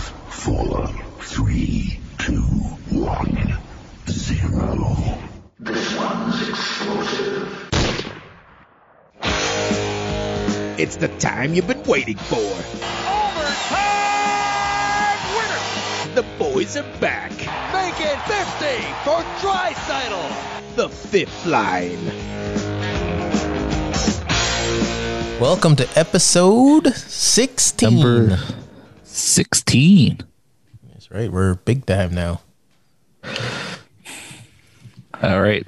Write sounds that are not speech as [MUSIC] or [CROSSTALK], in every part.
four, three, two, one, zero. This one's explosive. It's the time you've been waiting for. Overtime winner! The boys are back. Make it 50 for Drysidle! The fifth line. Welcome to episode 16. Number 16. That's right. We're big time now. All right.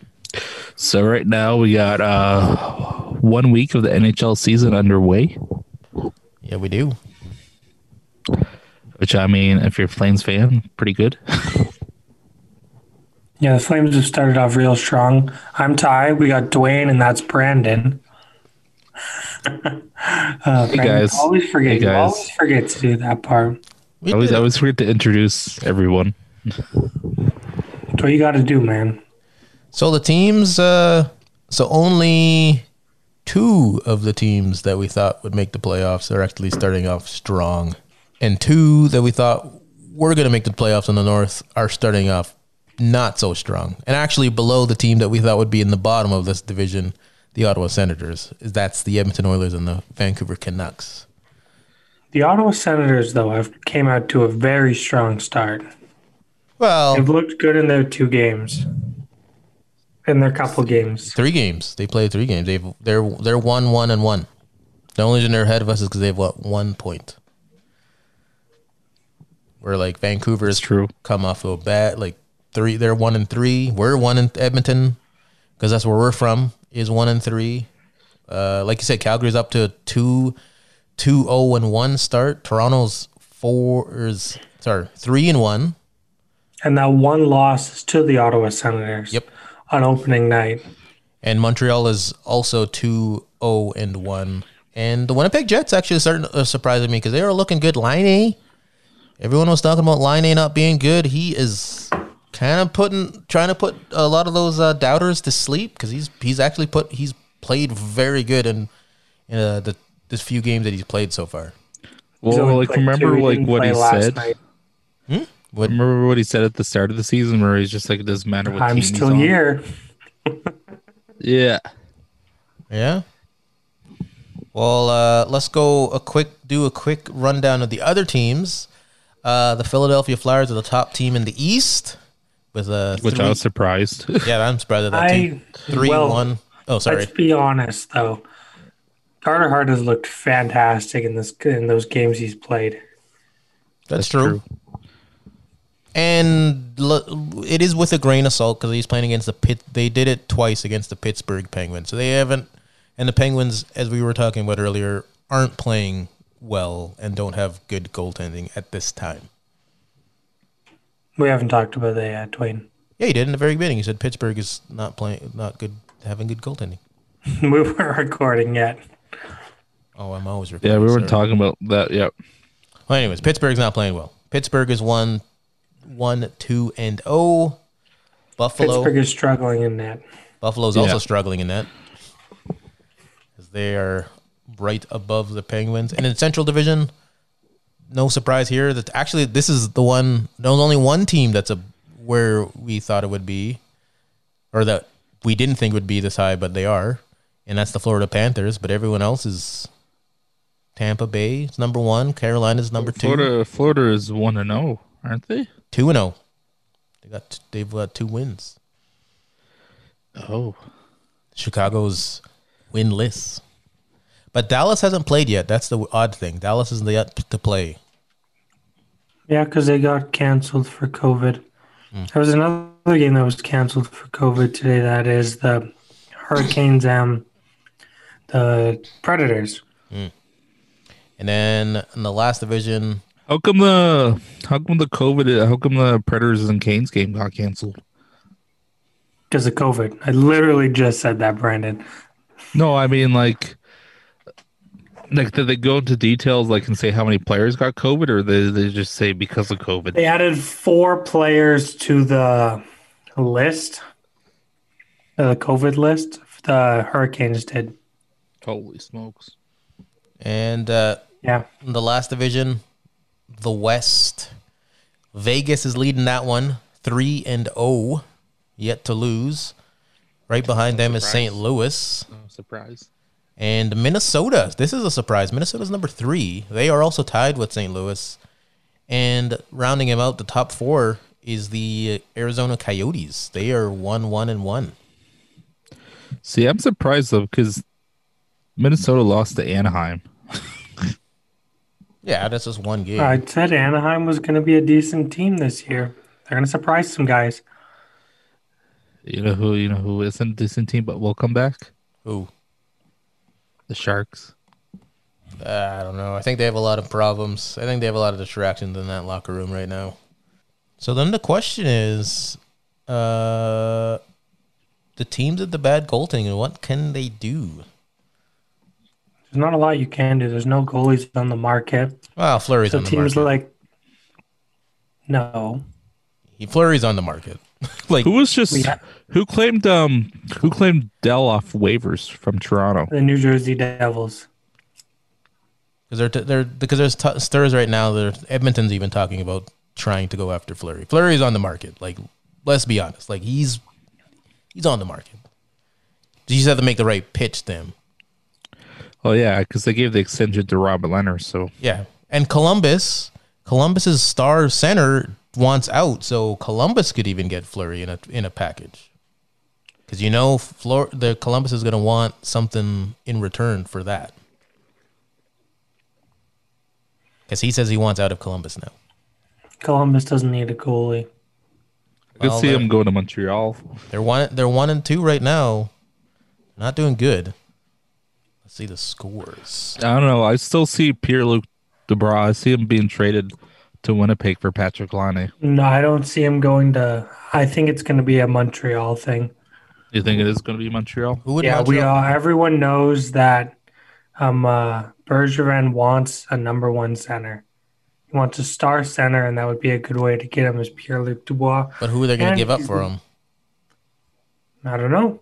So right now we got uh one week of the NHL season underway, Yeah, we do. which I mean, if you're a Flames fan, pretty good. Yeah, the Flames have started off real strong. I'm Ty. We got Dwayne, and that's Brandon. [LAUGHS] uh, Brandon, guys. always forget. Hey, you guys. always forget to do that part. We I always, did I it. always forget to introduce everyone. That's what you got to do, man. So the teams, uh, so only two of the teams that we thought would make the playoffs are actually starting off strong. And two that we thought were going to make the playoffs in the North are starting off not so strong. And actually below the team that we thought would be in the bottom of this division, the Ottawa Senators. That's the Edmonton Oilers and the Vancouver Canucks. The Ottawa Senators, though, have came out to a very strong start. Well, They've looked good in their two games, in their couple games. Three games. They played three games. They've they're they're one one and one. The only reason they're ahead of us is because they have what one point. We're like Vancouver It's has true. come off a bad like three. They're one and three. We're one in Edmonton because that's where we're from. Is one and three. Uh, like you said, Calgary's up to two, two zero and one start. Toronto's four is sorry three and one. And that one loss is to the Ottawa Senators. Yep. On opening night. and Montreal is also 2 0 and 1. And the Winnipeg Jets actually starting uh, surprising me because they are looking good. Line A, everyone was talking about Line A not being good. He is kind of putting, trying to put a lot of those uh, doubters to sleep because he's he's actually put he's played very good in in uh, the this few games that he's played so far. He's Well, only like played two. remember He like didn't what play he last said. night. Remember what he said at the start of the season, where he's just like, it doesn't matter what I'm team he's still on. here. Yeah, Yeah. Well, uh, let's go a quick do a quick rundown of the other teams. Uh, the Philadelphia Flyers are the top team in the East with a which three, I was surprised. [LAUGHS] yeah. I'm surprised at that I- team. Three well, one. Oh, sorry. Let's be honest, though. Carter Hart has looked fantastic in this in those games he's played. That's, true. And lo- it is with a grain of salt because he's playing against the pit. They did it twice against the Pittsburgh Penguins, so they haven't. And the Penguins, as we were talking about earlier, aren't playing well and don't have good goaltending at this time. We haven't talked about that yet, Dwayne. [LAUGHS] Yeah, he did in the very beginning. He said Pittsburgh is not playing, not good, having good goaltending. We weren't recording yet. Oh, I'm always yeah, we weren't sorry. talking about that. Yeah, Well, anyways, Pittsburgh's not playing well. Pittsburgh is one, one, two, and oh. Buffalo, Pittsburgh is struggling in that. Buffalo's Yeah. also struggling in that, as they are right above the Penguins. And in Central Division, no surprise here. That actually this is the one. There's only one team that's a where we thought it would be, or that we didn't think would be this high, but they are, and that's the Florida Panthers. But everyone else is Tampa Bay is number one, Carolina's number two, Florida, Florida is one and zero, aren't they? two and zero. They got they've got two wins. Oh, Chicago's winless. But Dallas hasn't played yet. That's the odd thing. Dallas isn't yet to play. Yeah, because they got canceled for COVID. There was another game that was canceled for COVID today. That is the Hurricanes and the Predators. And then in the last division, How come the how come the COVID how come the Predators and Canes game got canceled? Because of COVID. I literally just said that, Brandon. No, I mean like like did they go into details like and say how many players got COVID or they they just say because of COVID? They added four players to the list, the COVID list. The Hurricanes did. Holy smokes. and uh, Yeah. in the last division, the West, Vegas is leading that one, three and zero, yet to lose. Right behind them is St. Louis Surprise. and Minnesota. This is a surprise. Minnesota's number three. They are also tied with St. Louis, and rounding them out, the top four is the Arizona Coyotes. They are one, one, and one. See, I'm surprised though because Minnesota lost to Anaheim. Yeah, that's just one game. I said Anaheim was going to be a decent team this year. They're going to surprise some guys. You know who? You know who isn't a decent team, but will come back. Ooh. The Sharks. Uh, I don't know. I think they have a lot of problems. I think they have a lot of distractions in that locker room right now. So then the question is, uh, the teams at the bad goaltending, and what can they do? There's not a lot you can do. There's no goalies on the market. Well, Flurry's So on the teams market. like, no, he Flurry's on the market. [LAUGHS] like Who was just Yeah. who claimed um who claimed Dell off waivers from Toronto? the New Jersey Devils. because they're, t- they're because there's t- stirs right now. There, Edmonton's even talking about trying to go after Flurry. Flurry's on the market. Like, let's be honest. Like he's he's on the market. You just have to make the right pitch, to him. Oh yeah, because they gave the extension to Robert Leonard. So Yeah. And Columbus, Columbus's star center wants out, so Columbus could even get Flurry in a in a package. Cuz you know Flor- the Columbus is going to want something in return for that. Cuz he says he wants out of Columbus now. Columbus doesn't need a goalie. I could Well, see they're- him going to Montreal. They're one they're 1 and 2 right now. Not doing good. Let's see the scores. I don't know. I still see Pierre Luc Dubois. I see him being traded to Winnipeg for Patrick Laine. No, I don't see him going to. I think it's going to be a Montreal thing. You think it is going to be Montreal? Who would yeah, we Montreal- all. Everyone knows that um, uh, Bergeron wants a number one center. He wants a star center, and that would be a good way to get him is Pierre Luc Dubois. But who are they going to and- give up for him? I don't know.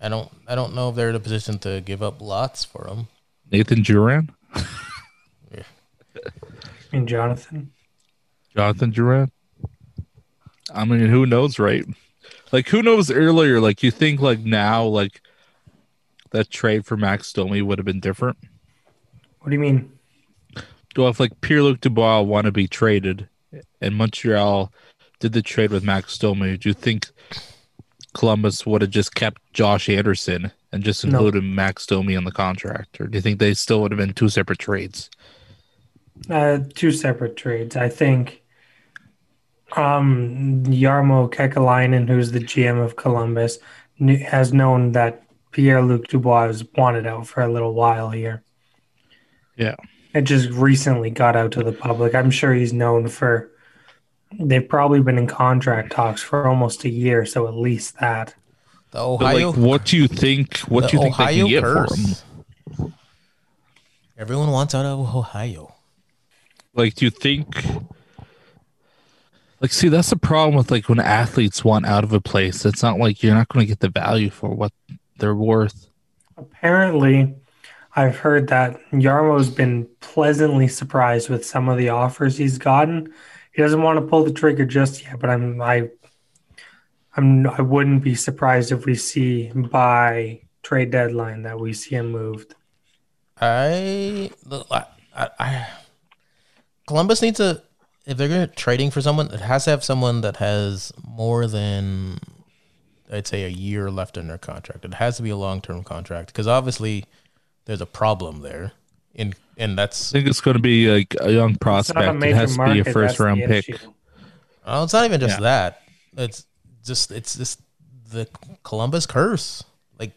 I don't I don't know if they're in a position to give up lots for him. Nathan Duran, I mean, Jonathan. Jonathan Duran. I mean, who knows, right? Like, who knows earlier? Like, you think like now, like that trade for Max Domi would have been different? What do you mean? Well, if like Pierre Luc Dubois want to be traded, and Montreal did the trade with Max Domi, do you think Columbus would have just kept Josh Anderson and just No. included Max Domi on the contract, or do you think they still would have been two separate trades? Uh, two separate trades, I think. Um, Yarmo Kekalainen, who's the GM of Columbus, knew, has known that Pierre Luc Dubois was wanted out for a little while here. Yeah. It just recently got out to the public. I'm sure he's known for. They've probably been in contract talks for almost a year, so at least that. The But, Ohio like, what do you think? What the do you think Ohio they can get for him? curse. Everyone wants out of Ohio. Like, do you think? Like, see, that's the problem with like when athletes want out of a place. It's not like you're not going to get the value for what they're worth. Apparently, I've heard that Yarmo's been pleasantly surprised with some of the offers he's gotten. He doesn't want to pull the trigger just yet, but I'm I I'm I wouldn't be surprised if we see by trade deadline that we see him moved. I, the- I, I, I Columbus needs to if they're going to trading for someone, it has to have someone that has more than I'd say a year left in their contract. It has to be a long term contract because obviously there's a problem there, and and that's I think it's going to be like a young It's not a prospect. It major has to be market, a first that's round the pick. issue. Oh, it's not even just Yeah. that. It's just it's just the Columbus curse. Like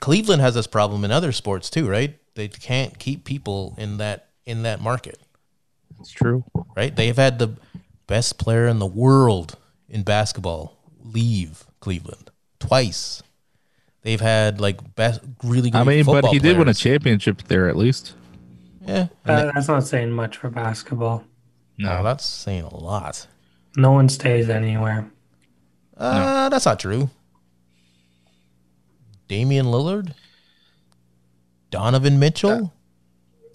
Cleveland has this problem in other sports too, right? They can't keep people in that in that market, It's true. right? They've had the best player in the world in basketball leave Cleveland twice. They've had like best really good. I mean, but football he did win a players. championship there at least. Yeah, And Uh, that's not saying much for basketball. Uh, they- oh, that's saying a lot. No one stays anywhere. Uh, that's not true. Damian Lillard, Donovan Uh, Mitchell.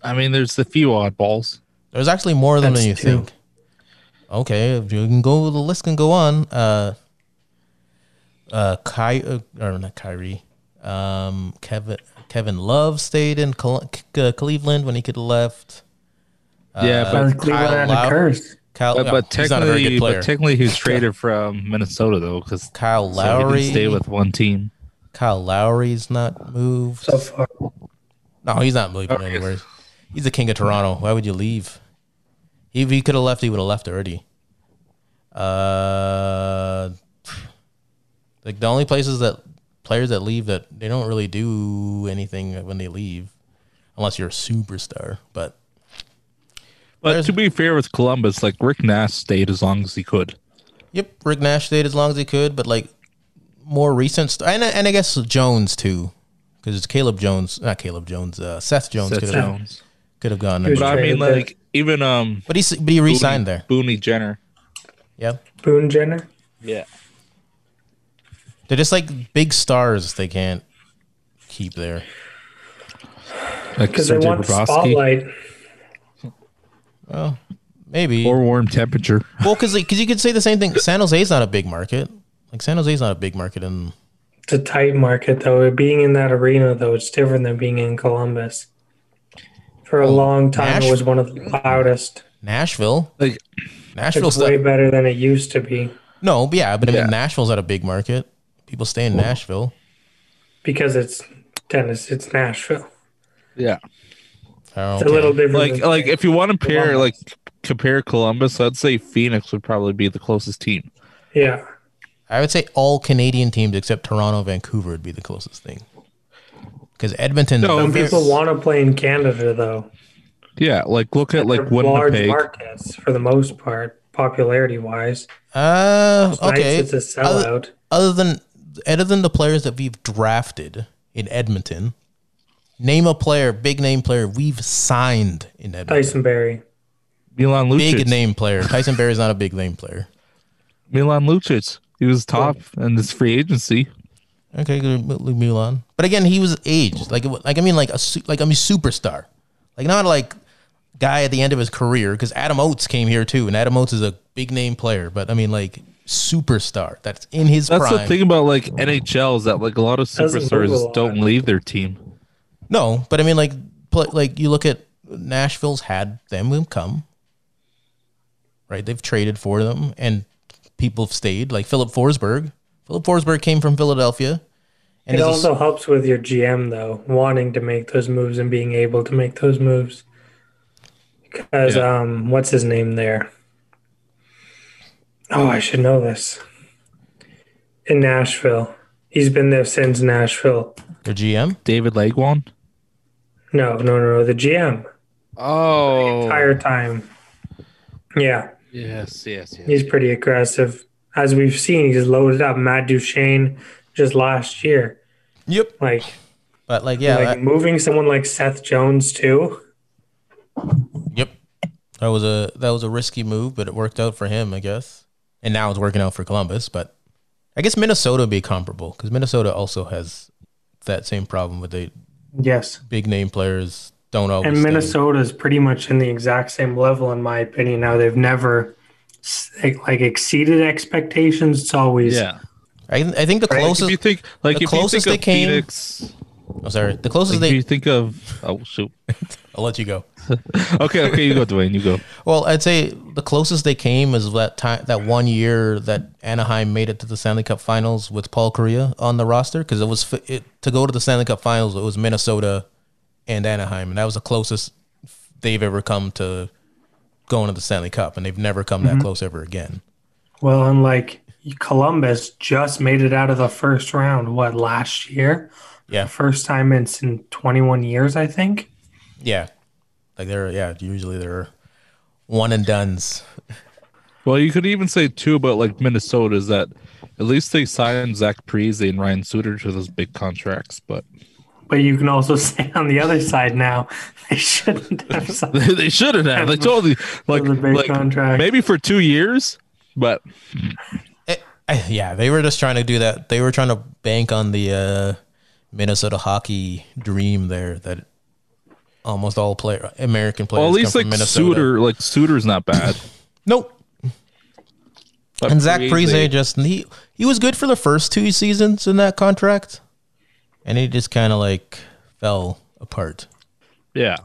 I mean, there's the few oddballs. There's actually more of them than you That's two. think. Okay, if you can go. The list can go on. Uh, uh, Ky, uh, or not Kyrie. Um, Kevin Kevin Love stayed in Col- C- Cleveland when he could have left. yeah, Well, but Cleveland Uh, Kyle had a Lowry- curse. Kyle, but, oh, Uh, but he's not a very technically, good player. but [LAUGHS] technically, he was traded from Minnesota though, because Kyle so Lowry. he didn't stay with one team. Kyle Lowry's not moved. So far, No, he's not moving Okay. anywhere. He's the king of Toronto. Why would you leave? He, if he could have left, he would have left already. Uh, like the only places that players that leave that they don't really do anything when they leave, unless you're a superstar. But But Where's- to be fair with Columbus, like Rick Nash stayed as long as he could. yep, Rick Nash stayed as long as he could. But like more recent, st- and I- and I guess Jones too, because it's Caleb Jones, not Caleb Jones, uh, Seth Jones Seth could have Jones. could have gone. But I But, mean, traded there. like even um, but he s- but he re-signed there. Booney Jenner. Yep. Boone Jenner. Yeah, They're just like big stars they can't keep there. like Because they Sergei want the Bobrovsky spotlight. Well, maybe. or Or, warm temperature. well, because you could say the same thing. San Jose's not a big market. Like San Jose's not a big market, and It's a tight market, though. Being in that arena, though, it's different than being in Columbus. For a long time, Nash- it was one of the loudest. Nashville, Like Nashville's It's not, way better than it used to be no, but yeah, but I mean Yeah. Nashville's not a big market. People stay in Nashville. because it's tennis. It's Nashville. yeah, Oh, It's a little different. like than- like if you want to pair like Columbus. compare Columbus, I'd say Phoenix would probably be the closest team. yeah. I would say all Canadian teams except Toronto, Vancouver would be the closest thing. Because Edmonton, No, Some people want to play in Canada, though. Yeah, like look at like large Winnipeg. markets for the most part, popularity wise. uh, okay, Okay. It's a Other- sellout. other than other than the players that we've drafted in Edmonton, name a player, big name player we've signed in Edmonton. Tyson Berry. Milan Lucic. Big name player. Tyson Berry's not a big name player. Milan Lucic. He was top in this free agency. Okay, good, Lu- Milan. But again, he was aged. Like, it wa- like I mean, like a su- like I mean, superstar. Like not like guy at the end of his career. Because Adam Oates came here too, and Adam Oates is a big name player. But I mean, like superstar that's in his That's prime. the thing about like NHL is that like a lot of Doesn't move a superstars lot. don't leave their team. No, but I mean, like, pl- like you look at Nashville's had them come, right? They've traded for them, and people have stayed. Like Philip Forsberg, Philip Forsberg came from Philadelphia, and It is a- also helps with your GM though, wanting to make those moves and being able to make those moves. Because Yeah. um, what's his name there? Oh, I should know this. In Nashville, he's been there since Nashville. their GM. David Legwand. No, no, no, no. The GM Oh, entire time. Yeah, yes, yes, yes. he's pretty aggressive. As we've seen, he's loaded up. Matt Duchene just last year, Yep. like But like, yeah, like that- moving someone like Seth Jones too. yep. That was a that was a risky move, but it worked out for him, I guess. And now it's working out for Columbus, but I guess Minnesota would be comparable because Minnesota also has that same problem with the Yes. big name players don't always. And stay. Minnesota is pretty much in the exact same level, in my opinion. Now they've never s- like exceeded expectations. It's always Yeah. I, I think the If closest. you think like the if you closest think they of came- Phoenix, I'm sorry. The closest if they. you think of oh shoot. I'll let you go. Okay, okay, you go Dwayne, you go. Well, I'd say the closest they came is that time, that one year that Anaheim made it to the Stanley Cup Finals with Paul Korea on the roster because it was f- it, to go to the Stanley Cup Finals. It was Minnesota and Anaheim, and that was the closest they've ever come to going to the Stanley Cup, and they've never come that close ever again. well, and like Columbus just made it out of the first round. What last year? Yeah. first time in in 21 years, I think. Yeah, like they're yeah usually they're one and duns. Well, you could even say too about like Minnesota is that at least they signed Zach Parise and Ryan Suter to those big contracts, [LAUGHS] but But you can also [LAUGHS] say on the other side now they shouldn't have signed. they shouldn't have. They totally like, was a big like contract. maybe for two years, but Eh, eh, yeah, they were just trying to do that. They were trying to bank on the uh, Minnesota hockey dream there that almost all player American players well, at come least like from Minnesota. Suter, like Suter's not bad. Nope. [CLEARS THROAT] But And Zach Parise Parise- just he he was good for the first two seasons in that contract, and he just kind of like fell apart. Yeah.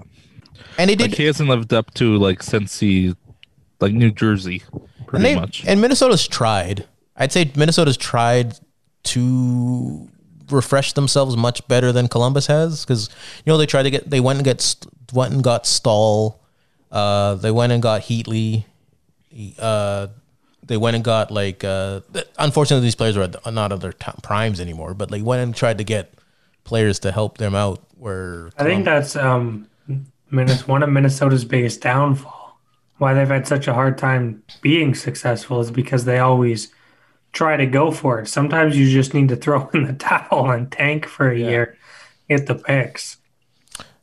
And he Like did, he hasn't lived up to like since he like New Jersey and, pretty they, much. and Minnesota's tried. I'd say Minnesota's tried to refresh themselves much better than Columbus has because you know they tried to get they went and get st- went and got Stall, uh, they went and got Heatley, uh, they went and got like uh, th- unfortunately these players are at- are not at their t- primes anymore, but they went and tried to get players to help them out. Where I think that's um, Minnes- one of Minnesota's biggest downfall. Why they've had such a hard time being successful is because they always try to go for it. Sometimes you just need to throw in the [LAUGHS] towel and tank for a year, get the picks.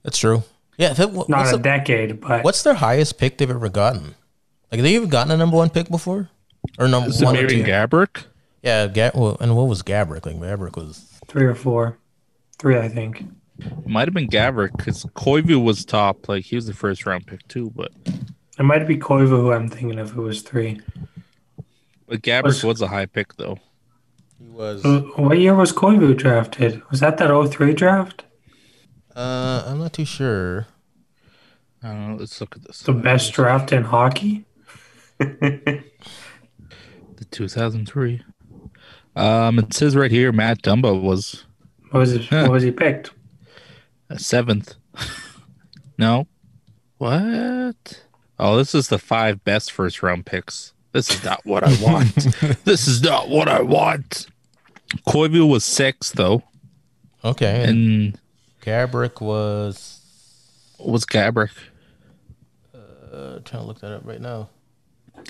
that's true. Yeah, if it- what's Not a the- decade, but What's their highest pick they've ever gotten? Like, have they even gotten a number one pick before? Or number Is it one or Marion two? Gabrick? yeah, Ga- well, and what was Gabrick? Like, Gabrick was. three or four, three, I think. Might have been Gabrick because Koivu was top. Like he was the first round pick too, but It might be Koivu who I'm thinking of. Who was three? but Gabrick Was- was, a high pick though. He was. Uh, What year was Koivu drafted? Was that that 03 draft? Uh, I'm not too sure. I don't know. Let's look at this. The best draft [LAUGHS] in hockey? The 2003. Um, it says right here Matt Dumba was What was it, what was he picked? a seventh. [LAUGHS] no, what? Oh, this is the five best first round picks. This is not what I [LAUGHS] want. this is not what I want. Koivu was sixth though, Okay. And and Gabrick was. was Gabrick. uh, I'm trying to look that up right now.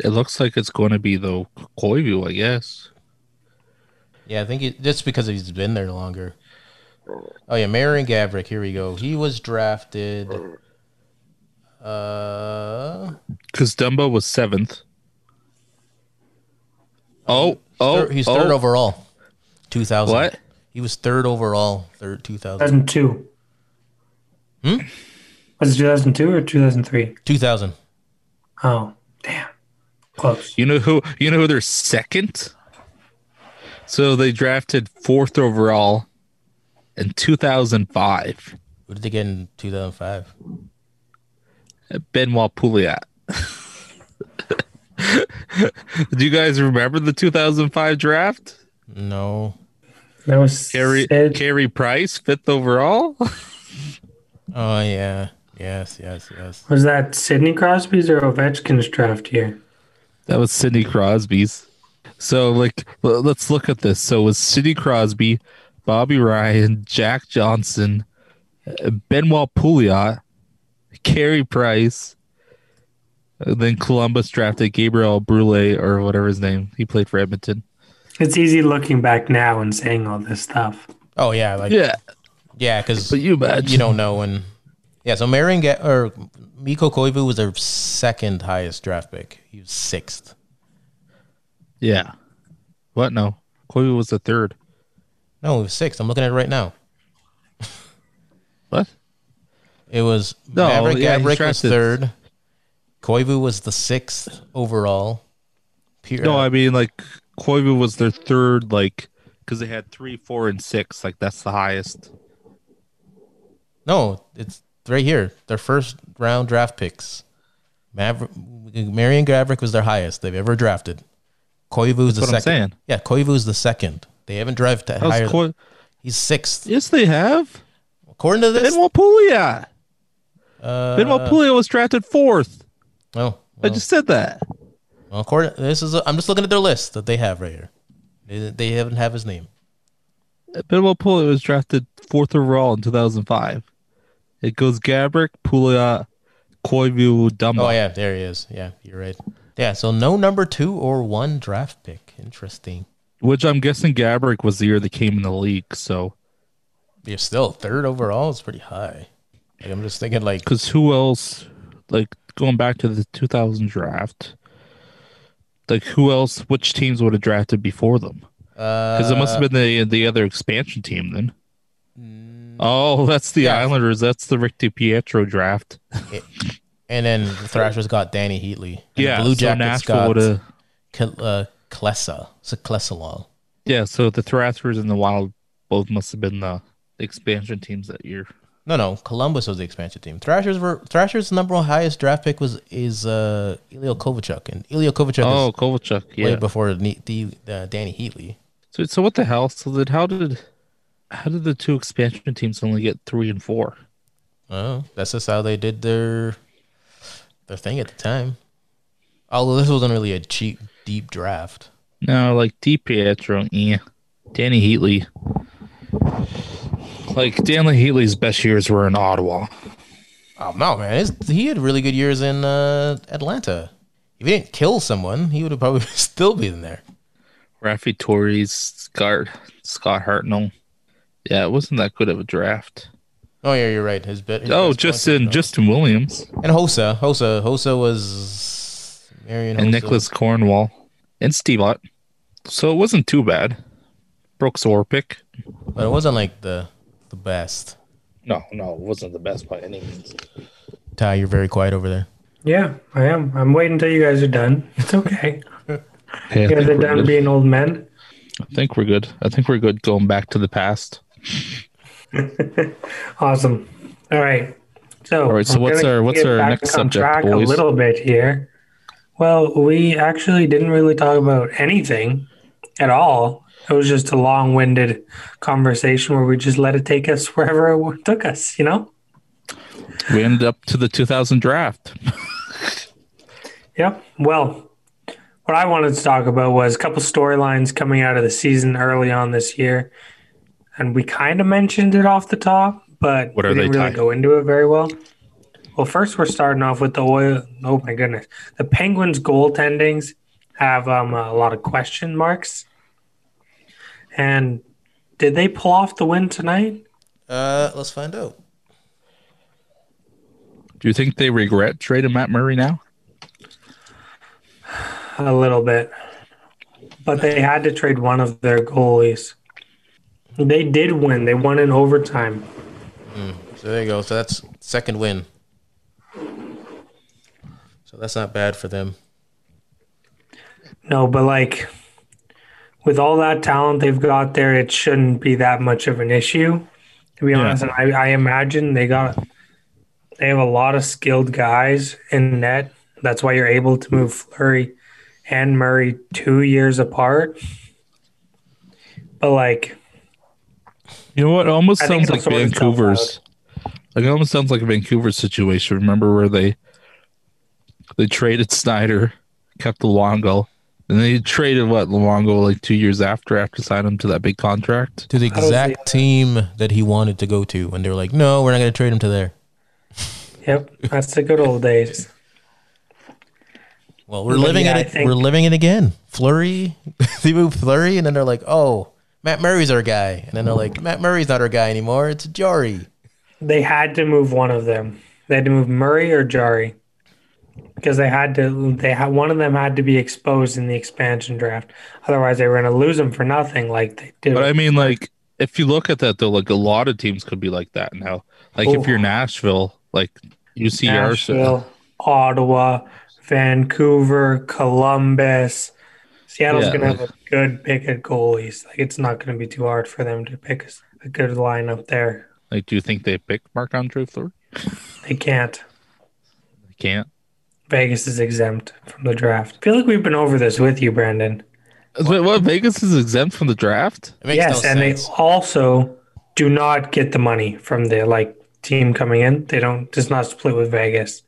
It looks like it's going to be though Koivu, I guess. Yeah, I think he, just because he's been there longer. Oh, yeah, Marion Gabrick. Here we go. He was drafted. Uh, Because Dumba was seventh. Oh, oh, thir- he's third oh, overall. 2000. What? He was third overall, third 2000. 2002. Hmm? Was it 2002 or 2003? 2000. Oh, damn. Close. You know who? You know who they're second. So they drafted fourth overall in 2005. What did they get in 2005? Benoit Pouliot. [LAUGHS] Do you guys remember the 2005 draft? No. That was Carey, Sid- Carey Price, fifth overall. [LAUGHS] Oh yeah. Yes, yes, yes. was that Sidney Crosby's or Ovechkin's draft year? That was Sidney Crosby's. So, like, l- let's look at this. So, it was Sidney Crosby, Bobby Ryan, Jack Johnson, uh, Benoit Pouliot, Carey Price. uh, Then Columbus drafted Gabriel Brule or whatever his name. He played for Edmonton. It's easy looking back now and saying all this stuff. Oh yeah, like Yeah, yeah, because but you imagine. you don't know and yeah. So Marion Ga- or Miko Koivu was their second highest draft pick. He was sixth. Yeah. What? No. Kobe was the third. No, he was sixth. I'm looking at it right now. What? It was No, Maverick yeah, he Gabrick was drafted- third. Koivu was the sixth overall. Pier- No, I mean like Koivu was their third, like because they had three, four, and six. Like that's the highest. No, it's right here. Their first round draft picks. Maver- Marion Gabrick was their highest they've ever drafted. Koivu is the what second. I'm saying. Yeah, Koivu is the second. They haven't drafted That was higher. Koi- He's sixth. yes, they have. According to this, Benoit Pouliot. uh, Benoit Pouliot was drafted fourth. oh, I just said that. well, according this is. I'm just looking at their list that they have right here. They, they haven't have his name. Benoit Pouliot was drafted fourth overall in 2005. It goes Gabrick, Pouliot, Koivu, Dumba. Oh yeah, there he is. Yeah, you're right. Yeah, so no number two or one draft pick. Interesting. Which I'm guessing Gabrick was the year they came in the league. So, You're still third overall. It's pretty high. Like, I'm just thinking like because who else, like going back to the 2000 draft, like who else, which teams would have drafted before them? Because it must Uh, have been the the other expansion team then. Oh, that's the mm. yeah. Islanders. That's the Rick DiPietro draft. And then the Thrashers got Danny Heatley. And the yeah, Blue so Jackets Nashville would have. got Ke- uh, Ciclessa. Ciclesalol. Yeah, so the Thrashers and the Wild both must have been the expansion teams that year. No, no. Columbus was the expansion team. Thrashers were Thrashers' number one highest draft pick was is uh, Ilio Kovalchuk, and Ilio Kovalchuk Oh, is Kovalchuk, way yeah. before Ne- D- uh, Danny Heatley. So, so what the hell? So then how did how did the two expansion teams only get three and four? Oh, that's just how they did their their thing at the time. Although this wasn't really a cheap deep draft. No, like Di Pietro, yeah. Danny Heatley. Like Danny Heatley's best years were in Ottawa. Oh no, man! His, he had really good years in uh, Atlanta. If he didn't kill someone, he would have probably [LAUGHS] still been there. Rafi Torres, Scott Scott Hartnell. Yeah, it wasn't that good of a draft. Oh yeah, you're right. His bet. his Oh, best Justin collective- Justin Williams and Hosa, Hosa, Hosa was Marion and Hossa. Nicholas Cornwall and Steve Ott. So it wasn't too bad. Brooks Orpik. but it wasn't like the the best. No, no, it wasn't the best by any means. Ty, you're very quiet over there. Yeah, I am. I'm waiting until you guys are done. It's okay. Hey, I, You guys think are we're done good. being old men. I think we're good. I think we're good going back to the past. Awesome. All right. So, All right, so we're what's gonna our- what's get our back next on subject, track boys? A little bit here. Well, we actually didn't really talk about anything at all. It was just a long-winded conversation where we just let it take us [LAUGHS] wherever it took us. You know? We ended up to the 2000 draft. Yep. Well, what I wanted to talk about was a couple storylines coming out of the season early on this year, and we kind of mentioned it off the top, but What are we didn't they, really Ty? go into it very well. Well, first we're starting off with the oil. Oh my goodness, the Penguins' goaltendings have um, a lot of question marks. And did they pull off the win tonight? Uh, let's find out. Do you think they regret trading Matt Murray now? A little bit. But they had to trade one of their goalies. They did win. They won in overtime. So there you go. So that's second win. So that's not bad for them. No, but like with all that talent they've got there, it shouldn't be that much of an issue. To be honest, and I, I imagine they got they have a lot of skilled guys in net. That's why you're able to move Flurry and Murray two years apart. But like You know what? It almost I think sounds it'll like sort itself Vancouver's. Like it almost sounds like a Vancouver situation. Remember where they they traded Snyder, kept Luongo, and they traded what Luongo like two years after after signing him to that big contract. To the was the- exact team that he wanted to go to, and they were like, "No, we're not going to trade him to there." Yep, that's the good old days. Well, we're But living yeah, I it. think- We're living it again. Flurry, [LAUGHS] they move Flurry, and then they're like, "Oh, Matt Murray's our guy," and then they're like, "Matt Murray's not our guy anymore. It's Jory." They had to move one of them. They had to move Murray or Jari because they had to. They had one of them had to be exposed in the expansion draft. Otherwise, they were going to lose them for nothing, like they did. But I mean, like if you look at that though, like a lot of teams could be like that now. Like Oh. if you're Nashville, like you see Nashville, Ottawa, Vancouver, Columbus. Seattle's Yeah, going to like- have a good pick at goalies. Like it's not going to be too hard for them to pick a good lineup there. Like, do you think they pick Marc Andre Fleury? They can't. They can't. Vegas is exempt from the draft. I feel like we've been over this with you, Brandon. Wait, what? Vegas is exempt from the draft? It makes yes, no and sense. they also do not get the money from the like team coming in. They don't. It's not split with Vegas.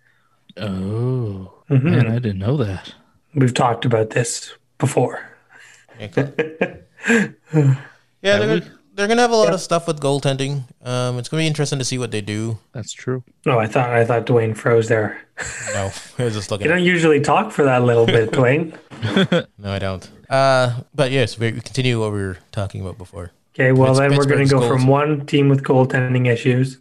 Oh, Mhm. man, I didn't know that. We've talked about this before. Yeah, cool. yeah, they're gonna, they're gonna have a lot of stuff with goaltending. Um, it's gonna be interesting to see what they do. That's true. No, Oh, I thought I thought Dwayne froze there. No, [LAUGHS] I was just looking. You don't usually talk for that [LAUGHS] little bit, Dwayne. No, I don't. Uh, but yes, we we continue what we were talking about before. Okay, well Pitts- then we're going Pittsburgh's to go goals. from one team with goaltending issues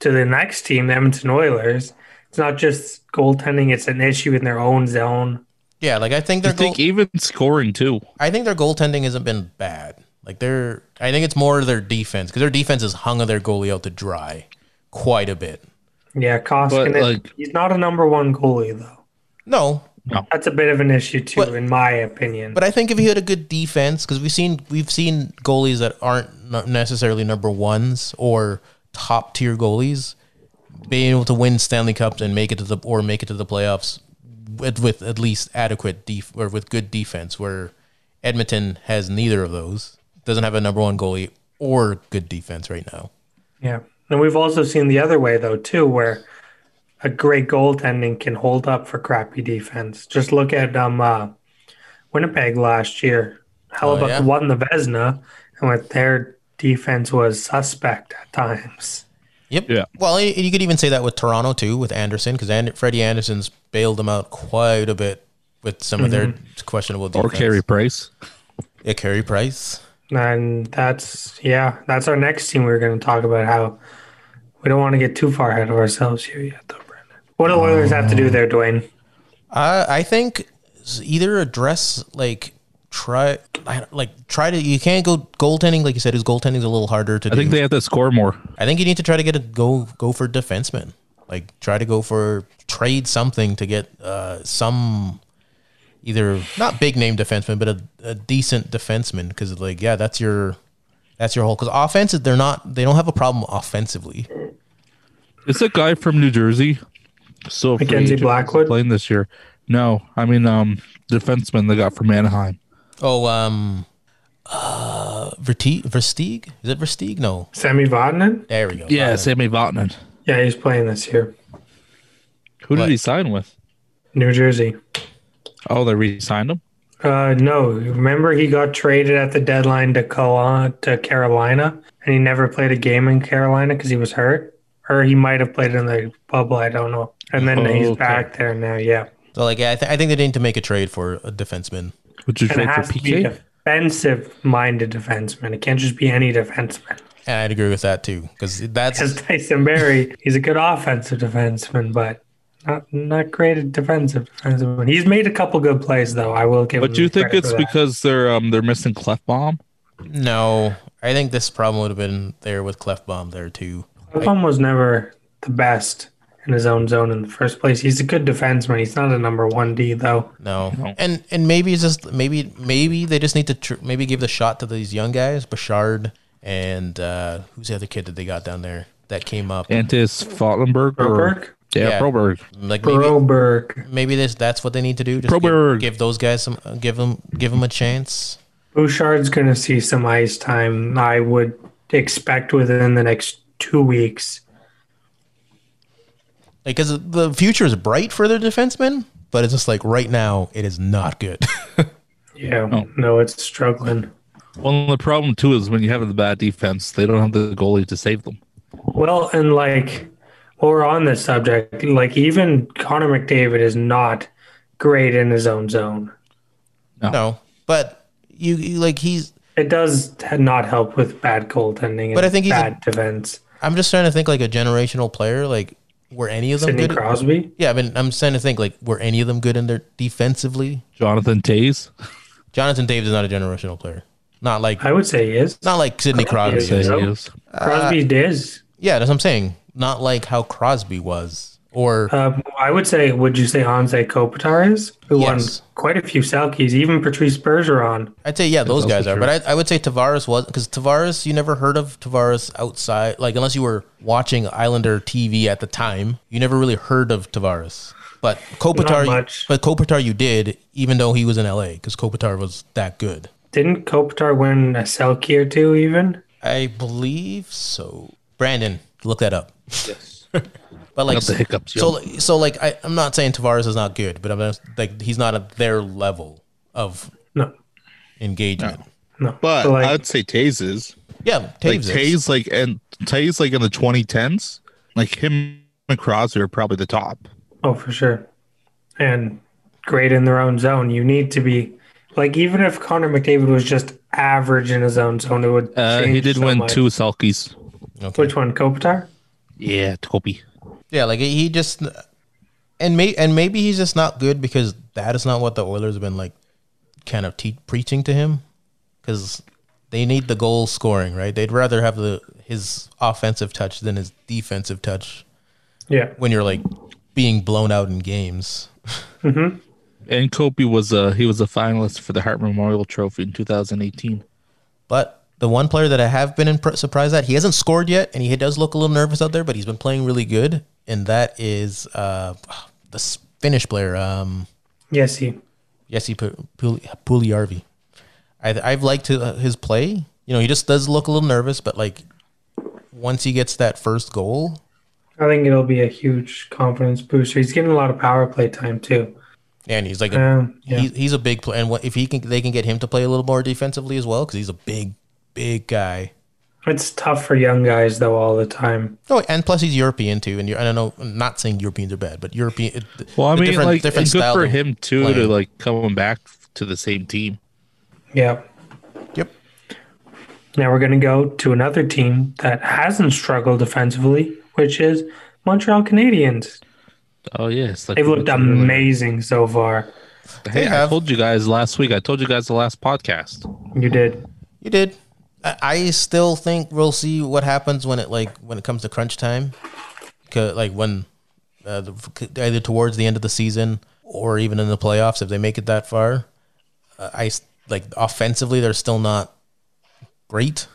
to the next team, the Edmonton Oilers. It's not just goaltending; it's an issue in their own zone. Yeah, like I think I their think goal, even scoring too. I think their goaltending hasn't been bad. Like they're, I think it's more their defense because their defense has hung their goalie out to dry quite a bit. Yeah, But Koskinen. like he's not a number one goalie though. No, No. That's a bit of an issue too, But- in my opinion. But I think if he had a good defense, because we've seen we've seen goalies that aren't n- necessarily number ones or top tier goalies being able to win Stanley Cups and make it to the or make it to the playoffs with, with at least adequate def or with good defense. Where Edmonton has neither of those, doesn't have a number one goalie or good defense right now. yeah, and we've also seen the other way though too, where a great goaltending can hold up for crappy defense. Just look at um uh, Winnipeg last year. Hellebuck yeah. won the Vesna, and with their defense was suspect at times. Yep. Yeah. Well, y- you could even say that with Toronto too, with Anderson, because and- Freddie Anderson's bailed them out quite a bit with some of their questionable Or defense. Carey Price. Yeah, Carey Price. And that's yeah, that's our next team. We are going to talk about how we don't want to get too far ahead of ourselves here yet, though, Brandon. What do Oilers have to do there, Dwayne? Uh, I think s- either address like try I- like try to you can't go goaltending like you said. His goaltending's a little harder to I do. think they have to score more. I think you need to try to get a go go for defenseman. Like try to go for trade something to get uh, some either not big name defenseman, but a, a decent defenseman. Because like yeah, that's your that's your whole. Because offense they're not they don't have a problem offensively. It's a guy from New Jersey. So free Mackenzie agent, Blackwood? playing this year. No, I mean um defenseman they got from Anaheim. Oh um, uh, Verti- Versteeg is it Versteeg? No, Sammy Vatanen? there we go. Yeah, Vatanen. Sammy Vatanen. Yeah, he's playing this year. Who What? did he sign with? New Jersey. Oh, they re-signed him. Uh, no, remember he got traded at the deadline to Col- to Carolina, and he never played a game in Carolina because he was hurt, or he might have played in the bubble. I don't know. And then he's Oh, Okay. back there now. Yeah, So like, yeah, I, th- I think they need to make a trade for a defenseman. Would you and it trade for has to be PK? defensive-minded defenseman. It can't just be any defenseman. [LAUGHS] And I'd agree with that too, because that's Because Tyson Berry, he's a good offensive defenseman, but not not great at defensive defenseman. He's made a couple good plays though. I will give. But him do you think credit it's for that. because they're um they're missing Clefbaum? no. I think this problem would have been there with Clefbaum there too. Buffon was never the best in his own zone in the first place. He's a good defenseman. He's not a number one D though. No. And and maybe it's just maybe maybe they just need to tr- maybe give the shot to these young guys, Bouchard and uh, who's the other kid that they got down there that came up? Antis Faltenberg or Broberg, yeah, Yeah. Broberg. Like maybe, Broberg, maybe this that's what they need to do. Just Broberg. give, give those guys some uh, give them give them a chance. Bouchard's going to see some ice time. I would expect within the next two weeks. Because the future is bright for their defensemen, but it's just like right now it is not good. [LAUGHS] Yeah, Oh. no, it's struggling. Well, the problem too is when you have the bad defense, they don't have the goalie to save them. Well, and like while we're on this subject, like even Connor McDavid is not great in his own zone. no, but you, you like he's It does not help with bad goaltending. But and I think he's a- bad defense. I'm just trying to think like a generational player. Like, were any of them Sidney good? Crosby. Yeah, I mean, I'm trying to think like, were any of them good in their defensively? Jonathan Tays. Jonathan Davis is not a generational player. Not like, I would say he is. not like Sidney Crosby. is. is. Tays. so? Uh, Crosby is. Yeah, that's what I'm saying. Not like how Crosby was, or Um, I would say, would you say Anze Kopitar is? Who Yes. won quite a few Selkies, even Patrice Bergeron. I'd say yeah, those also guys are. true. But I, I would say Tavares was because Tavares, you never heard of Tavares outside, like unless you were watching Islander TV at the time, you never really heard of Tavares. But Kopitar, much. but Kopitar, you did, even though he was in LA, because Kopitar was that good. Didn't Kopitar win a Selkie or two, even? I believe so. Brandon, look that up. Yes. [LAUGHS] but like Got the hiccups, So yo. like- so like I, I'm not saying Tavares is not good, but I'm just, like he's not at their level of No. engagement. No. But like, I'd say Tays is. Yeah, Like Taves. is. Tays like and Tays like in the twenty tens. Like him and Crosby are probably the top. oh, for sure. And great in their own zone. You need to be, like, even if Connor McDavid was just average in his own zone, it would. Uh, he change did so win much. two Selkies. Okay. Which one? Kopitar? Yeah, Toby. Yeah, like he just and may and maybe he's just not good because that is not what the Oilers have been like kind of te- preaching to him because they need the goal scoring right. They'd rather have the his offensive touch than his defensive touch Yeah. when you're like being blown out in games. And Kobe was a he was a finalist for the Hart Memorial Trophy in 2018. But the one player that I have been impre- surprised at, he hasn't scored yet, and he does look a little nervous out there, but he's been playing really good, and that is uh, the s- Finnish player, um, Yes, he. Jesse Pu- Pul- Puliarvi. I, I've liked his, his play. You know, he just does look a little nervous, but like once he gets that first goal, I think it'll be a huge confidence booster. He's getting a lot of power play time too. and he's like a Um, yeah. He's, he's a big player, and what, if he can, they can get him to play a little more defensively as well because he's a big, big guy. It's tough for young guys though all the time. Oh, and plus he's European too. And you're, I don't know, I'm not saying Europeans are bad, but European. it- th- Well, I the mean, like and good for of him too to playing. like coming back to the same team. Yeah. Yep. Now we're going to go to another team that hasn't struggled defensively, which is Montreal Canadiens. Oh yes, like They've we looked mentioned earlier. amazing so far. Hey, They I have. told you guys last week. I told you guys the last podcast. You did. You did. I, I still think we'll see what happens when it like when it comes to crunch time, 'Cause, like when uh, the, either towards the end of the season or even in the playoffs if they make it that far. Uh, I s- like offensively they're still not great.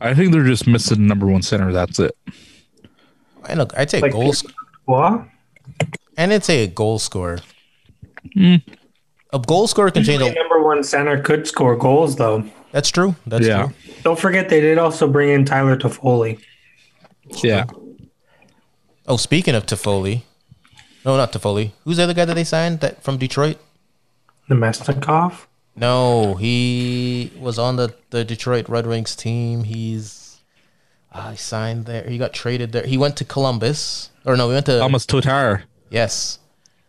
I think they're just missing the number one center. That's it. I know I'd say Like goals. What? and it's a goal scorer. A goal scorer can change. The A, number one center could score goals though. that's true. That's Yeah. true. Don't forget they did also bring in Tyler Toffoli. Yeah, Oh, speaking of Toffoli, no, not Toffoli. Who's the other guy that they signed that from Detroit? Nemesnikov. No, he was on the, the Detroit Red Wings team. He's I he signed there. He got traded there. He went to Columbus, or no, he went to Thomas Tatar. yes.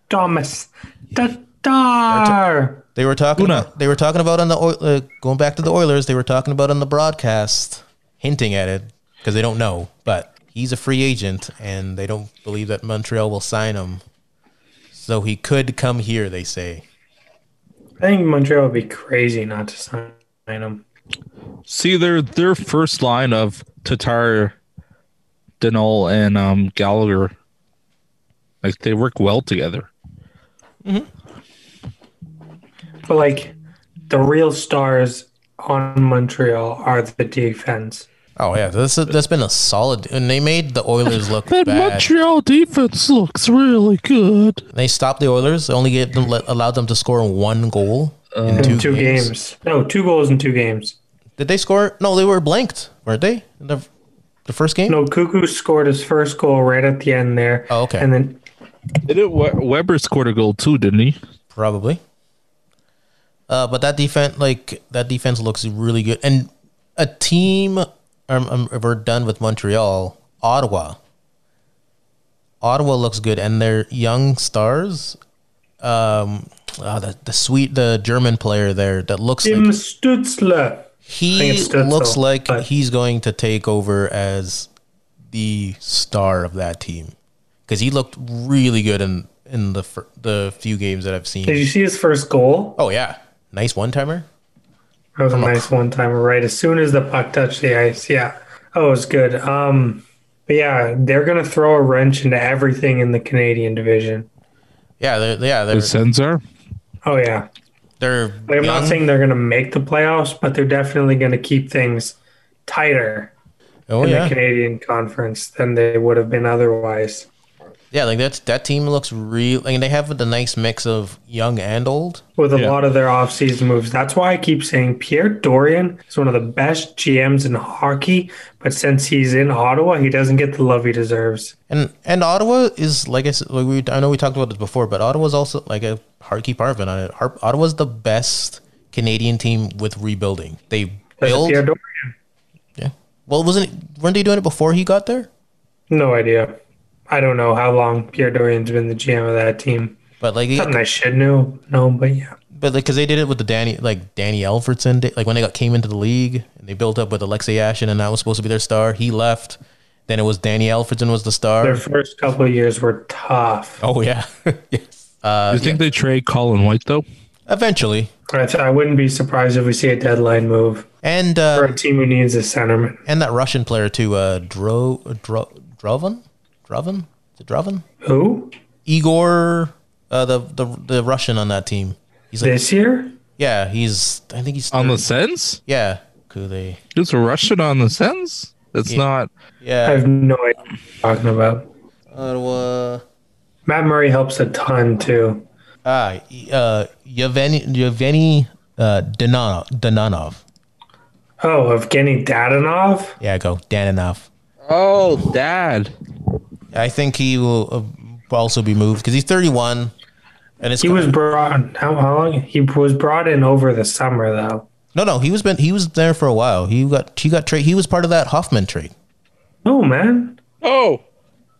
Thomas Tatar. They were talking. Una. About, they were talking about on the Oil- uh, going back to the Oilers. They were talking about on the broadcast, hinting at it because they don't know. But he's a free agent, and they don't believe that Montreal will sign him. So he could come here. They say. I think Montreal would be crazy not to sign him. See, their their first line of Tatar, Denol, and um, Gallagher. Like they work well together. But like the real stars on Montreal are the defense. Oh yeah, this is, that's been a solid, and they made the Oilers look bad. Montreal defense looks really good. They stopped the Oilers. They only gave them let, allowed them to score one goal in two, Uh, Two games. games. No, two goals in two games. Did they score? No, they were blanked, weren't they? In The, the first game. No, Cuckoo scored his first goal right at the end there. Oh, okay. And then Didn't we- Weber scored a goal too? Didn't he? Probably. Uh, but that defense, like that defense, looks really good. And a team, um, um, if we're done with Montreal, Ottawa. Ottawa looks good, and their young stars. Um, ah, the the sweet the German player there that looks Tim like Stutzler. he think it's Stutzel, looks like but- he's going to take over as the star of that team because he looked really good in in the fir- the few games that I've seen. Did you see his first goal? Oh yeah, nice one timer. That Oh. was a nice one timer, right? As soon as the puck touched the ice, yeah. Oh, it was good. Um, but yeah, they're gonna throw a wrench into everything in the Canadian division. Yeah, they're, yeah, they're Sensor. Oh yeah. they're Like, I'm not young. saying they're gonna make the playoffs, but they're definitely gonna keep things tighter oh in the yeah, Canadian conference than they would have been otherwise. yeah. Like that that team looks real, and they have the nice mix of young and old. With a Yeah. lot of their offseason moves. That's why I keep saying Pierre Dorian is one of the best GMs in hockey, but since he's in Ottawa, he doesn't get the love he deserves. And and Ottawa is like I said, like we I know we talked about this before, but Ottawa's also like a hard keep Arvin on it. Har- Ottawa's the best Canadian team with rebuilding. They That's build. Pierre Dorian. Yeah. Well, wasn't it, weren't they doing it before he got there? No idea. I don't know how long Pierre Dorian's been the GM of that team. But like, Something I should know. No, but yeah. but like, because they did it with the Danny, like Danny Alfredson, they- like when they got came into the league and they built up with Alexei Ashen, and that was supposed to be their star. He left. Then it was Danny Alfredson was the star. Their first couple of years were tough. Oh [LAUGHS] yeah, [LAUGHS] yes. you think they trade Colin White though? Eventually, I, th- I wouldn't be surprised if we see a deadline move and for uh, a team who needs a centerman. and that Russian player too, uh, Dro Dro Drovan, Drovan, is it Drovan? Who? Igor Uh, the the the Russian on that team. He's like, This year? yeah, he's. I think he's on 30. the sense. Yeah, Kule. It's Russian on the sense. That's Yeah. not. I Yeah, have no idea what you're talking about. Ottawa. Matt Murray helps a ton too. Ah, uh, Yevgeny Yevgeny uh, Dananov. Dananov. Oh, Evgeny Dadanov? Yeah, go Dananov. Oh, Dad. I think he will uh, also be moved because he's 31, and it's He was brought how, how long? He was brought in over the summer though. no, no. He was been he was there for a while. He got he got trade. He was part of that Hoffman trade. No man. Oh,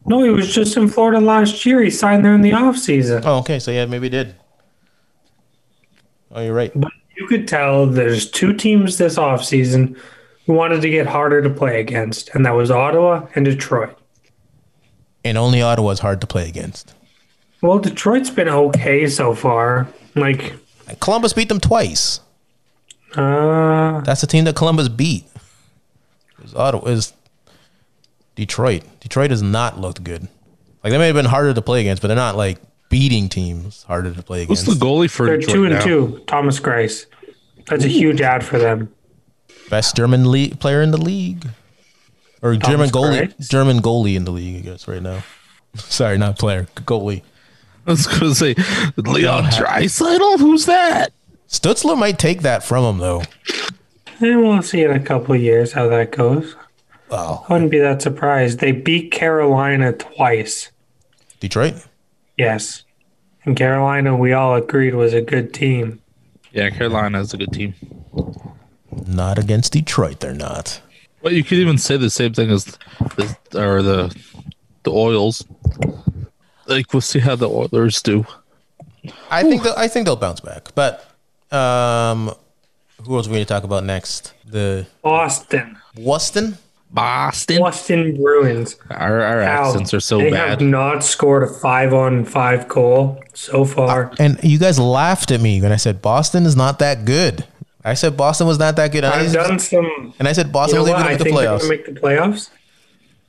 No, he was just in Florida last year. He signed there in the offseason. Oh, okay. So yeah, maybe he did. Oh, you're right. But you could tell there's two teams this offseason who wanted to get harder to play against, and that was Ottawa and Detroit. And only Ottawa's hard to play against. Well, Detroit's been okay so far. Like And Columbus beat them twice. uh That's the team that Columbus beat. It was Ottawa. Is Detroit? Detroit has not looked good. Like they may have been harder to play against, but they're not like beating teams harder to play what's against. the goalie for they're Detroit two and now? two. Thomas Grace. That's a huge ad for them. Best German league player in the league, or German goalie, Kreis? German goalie in the league, I guess right now. [LAUGHS] Sorry, not player, goalie. [LAUGHS] I was gonna say Leon Dreisaitl. Who's that? Stutzler might take that from him though. And we'll see in a couple of years how that goes. Wow, I wouldn't be that surprised. They beat Carolina twice. Detroit. Yes. And Carolina, we all agreed, was a good team. Yeah, Carolina is a good team. Not against Detroit, they're not. Well, you could even say the same thing as the or the the Oils. Like we'll see how the Oilers do. I think they'll, I think they'll bounce back. But um, who else are we going to talk about next? The Boston. Boston. Boston. Boston Bruins. Our, our Ow. accents are so they bad. have not scored a five on five goal so far. And you guys laughed at me when I said Boston is not that good. I said Boston was not that good. And, I, I've done some. and I said Boston You know was what? even gonna I make the think they're going playoffs. to make the playoffs.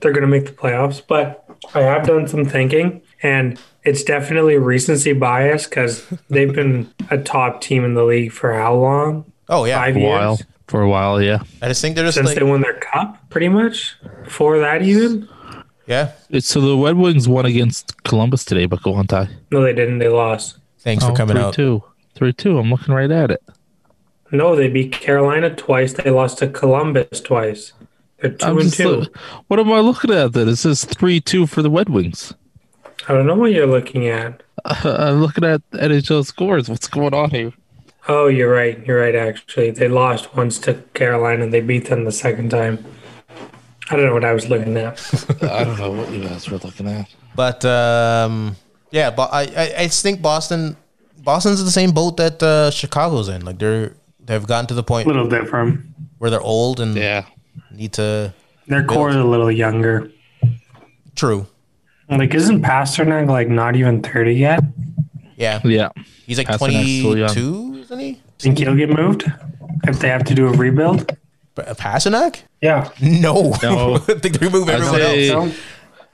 They're going to make the playoffs. But I have done some thinking, and it's definitely recency bias because they've been a top team in the league for how long? oh yeah, Five for a while. years? For a while, yeah. I just think they're just since like they won their cup, pretty much. Before that, even yeah. It's, so the Red Wings won against Columbus today, but go on tie. no, they didn't. They lost. Thanks for coming out. two. Oh, Three two. I'm looking right at it. No, they beat Carolina twice. They lost to Columbus twice. They're 2 I'm and just two. look- what am I looking at then? It says three two for the Red Wings. I don't know what you're looking at. I'm looking at NHL scores. What's going on here? Oh, you're right. You're right. Actually, they lost once to Carolina. They beat them the second time. I don't know what I was looking at. [LAUGHS] I don't know what you guys were looking at. But um, yeah, but I, I I just think Boston Boston's in the same boat that uh, Chicago's in. Like they're they've gotten to the point little different. where they're old and Yeah. need to. Their core is a little younger. True. Like, isn't Pasternak like not even thirty yet? Yeah, Yeah. he's like Pasternak's still twenty young. two, isn't he? Think he'll get moved if they have to do a rebuild? P- Pasternak? [LAUGHS] Yeah. No, [LAUGHS] No. I think they move I everyone say- else. So?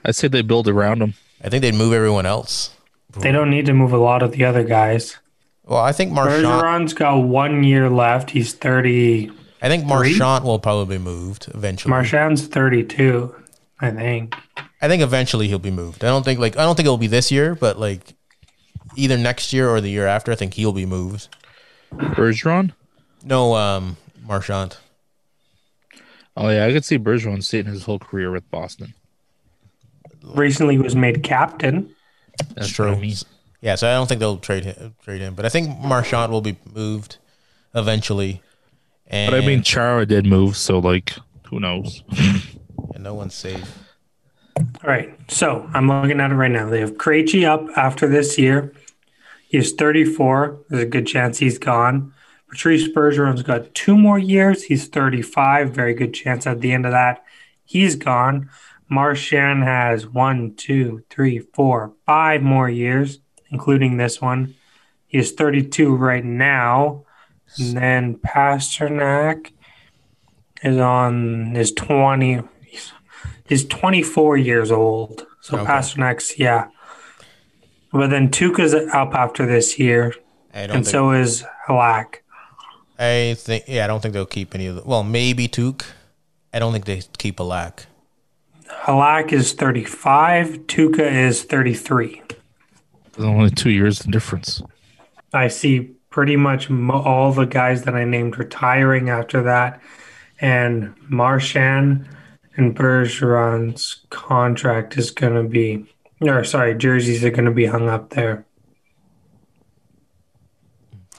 I say they build around him. I think they'd move everyone else. They don't need to move a lot of the other guys. Well, I think Marchand. Bergeron's got one year left. He's 30. I think Three? Marchand will probably be moved eventually. Marchand's 32, I think. I think eventually he'll be moved. I don't think like I don't think it'll be this year, but like either next year or the year after, I think he'll be moved. Bergeron? No, um, Marchand. Oh yeah, I could see Bergeron staying his whole career with Boston. Recently was made captain. That's true. what I mean. Yeah, so I don't think they'll trade him, trade him, but I think Marchand will be moved eventually. And, But I mean Chara did move, so like who knows? and no one's safe. All right. So I'm looking at it right now. They have Krejci up after this year. He's 34. There's a good chance he's gone. Patrice Bergeron's got two more years. He's 35. Very good chance at the end of that. He's gone. Marchand has one, two, three, four, five more years, including this one. He is 32 right now. And then Pasternak is on his 20. He's 24 years old. So Okay. Pasternak's, yeah. But then Tuca's up after this year, I don't and think. so is Halak. I think. Yeah, I don't think they'll keep any of the. Well, maybe Tuke. I don't think they keep Alak. Halak is 35. Tuca is 33. There's only two years the difference. I see pretty much mo- all the guys that I named retiring after that, and Marshan and Bergeron's contract is going to be, or sorry, jerseys are going to be hung up there.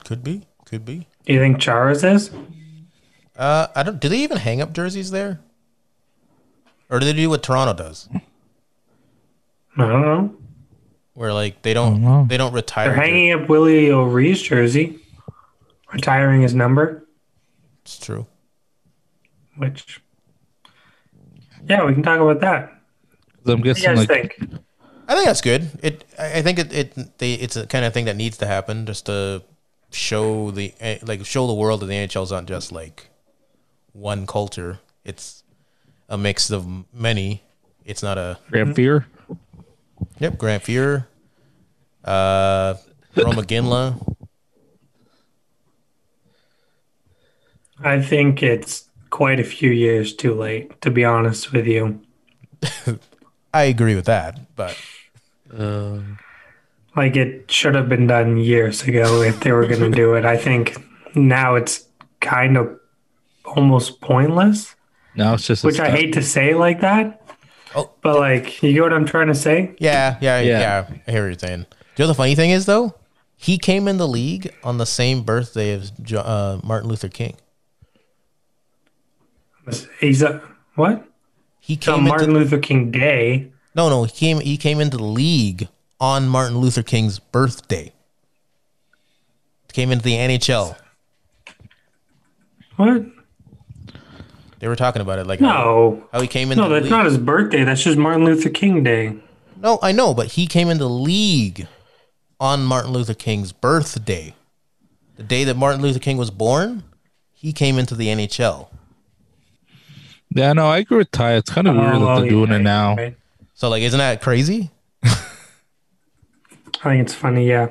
Could be. Could be. Do you think Charas is? Uh, I don't. Do they even hang up jerseys there? Or do they do what Toronto does, I don't know. where like they don't, know. they don't retire? They're jer- hanging up Willie O'Ree's jersey, retiring his number, It's true. which, yeah, we can talk about that. I'm What do guessing you guys like think? I think that's good. It. I I think it. It. They, it's a kind of thing that needs to happen just to show the eh, like show the world that the NHL's not just like one culture. It's a mix of many. It's not a mm-hmm. Graham Fear. Yep, Grant Fuhrer, uh, Roma Ginla. I think it's quite a few years too late, to be honest with you. I agree with that, but Like it should have been done years ago if they were going to do it. I think now it's kind of almost pointless, Now it's just a which I stat. hate to say like that. Oh. But like, you get what I'm trying to say? yeah, yeah, yeah. Yeah. I hear what you're saying. You know, the funny thing is though, he came in the league on the same birthday as Jo- uh, Martin Luther King. He's a what? He So came Martin into, Luther King Day. no, no, he came he came into the league on Martin Luther King's birthday. Came into the NHL. What? They were talking about it, like how, No. how he came into No, the that's league. not his birthday. That's just Martin Luther King Day. No, I know, but he came into the league on Martin Luther King's birthday. The day that Martin Luther King was born, he came into the NHL. Yeah, no, I agree with Ty. It's kind of weird that Oh, they're doing yeah, it now. right. So like isn't that crazy? I think it's funny, yeah.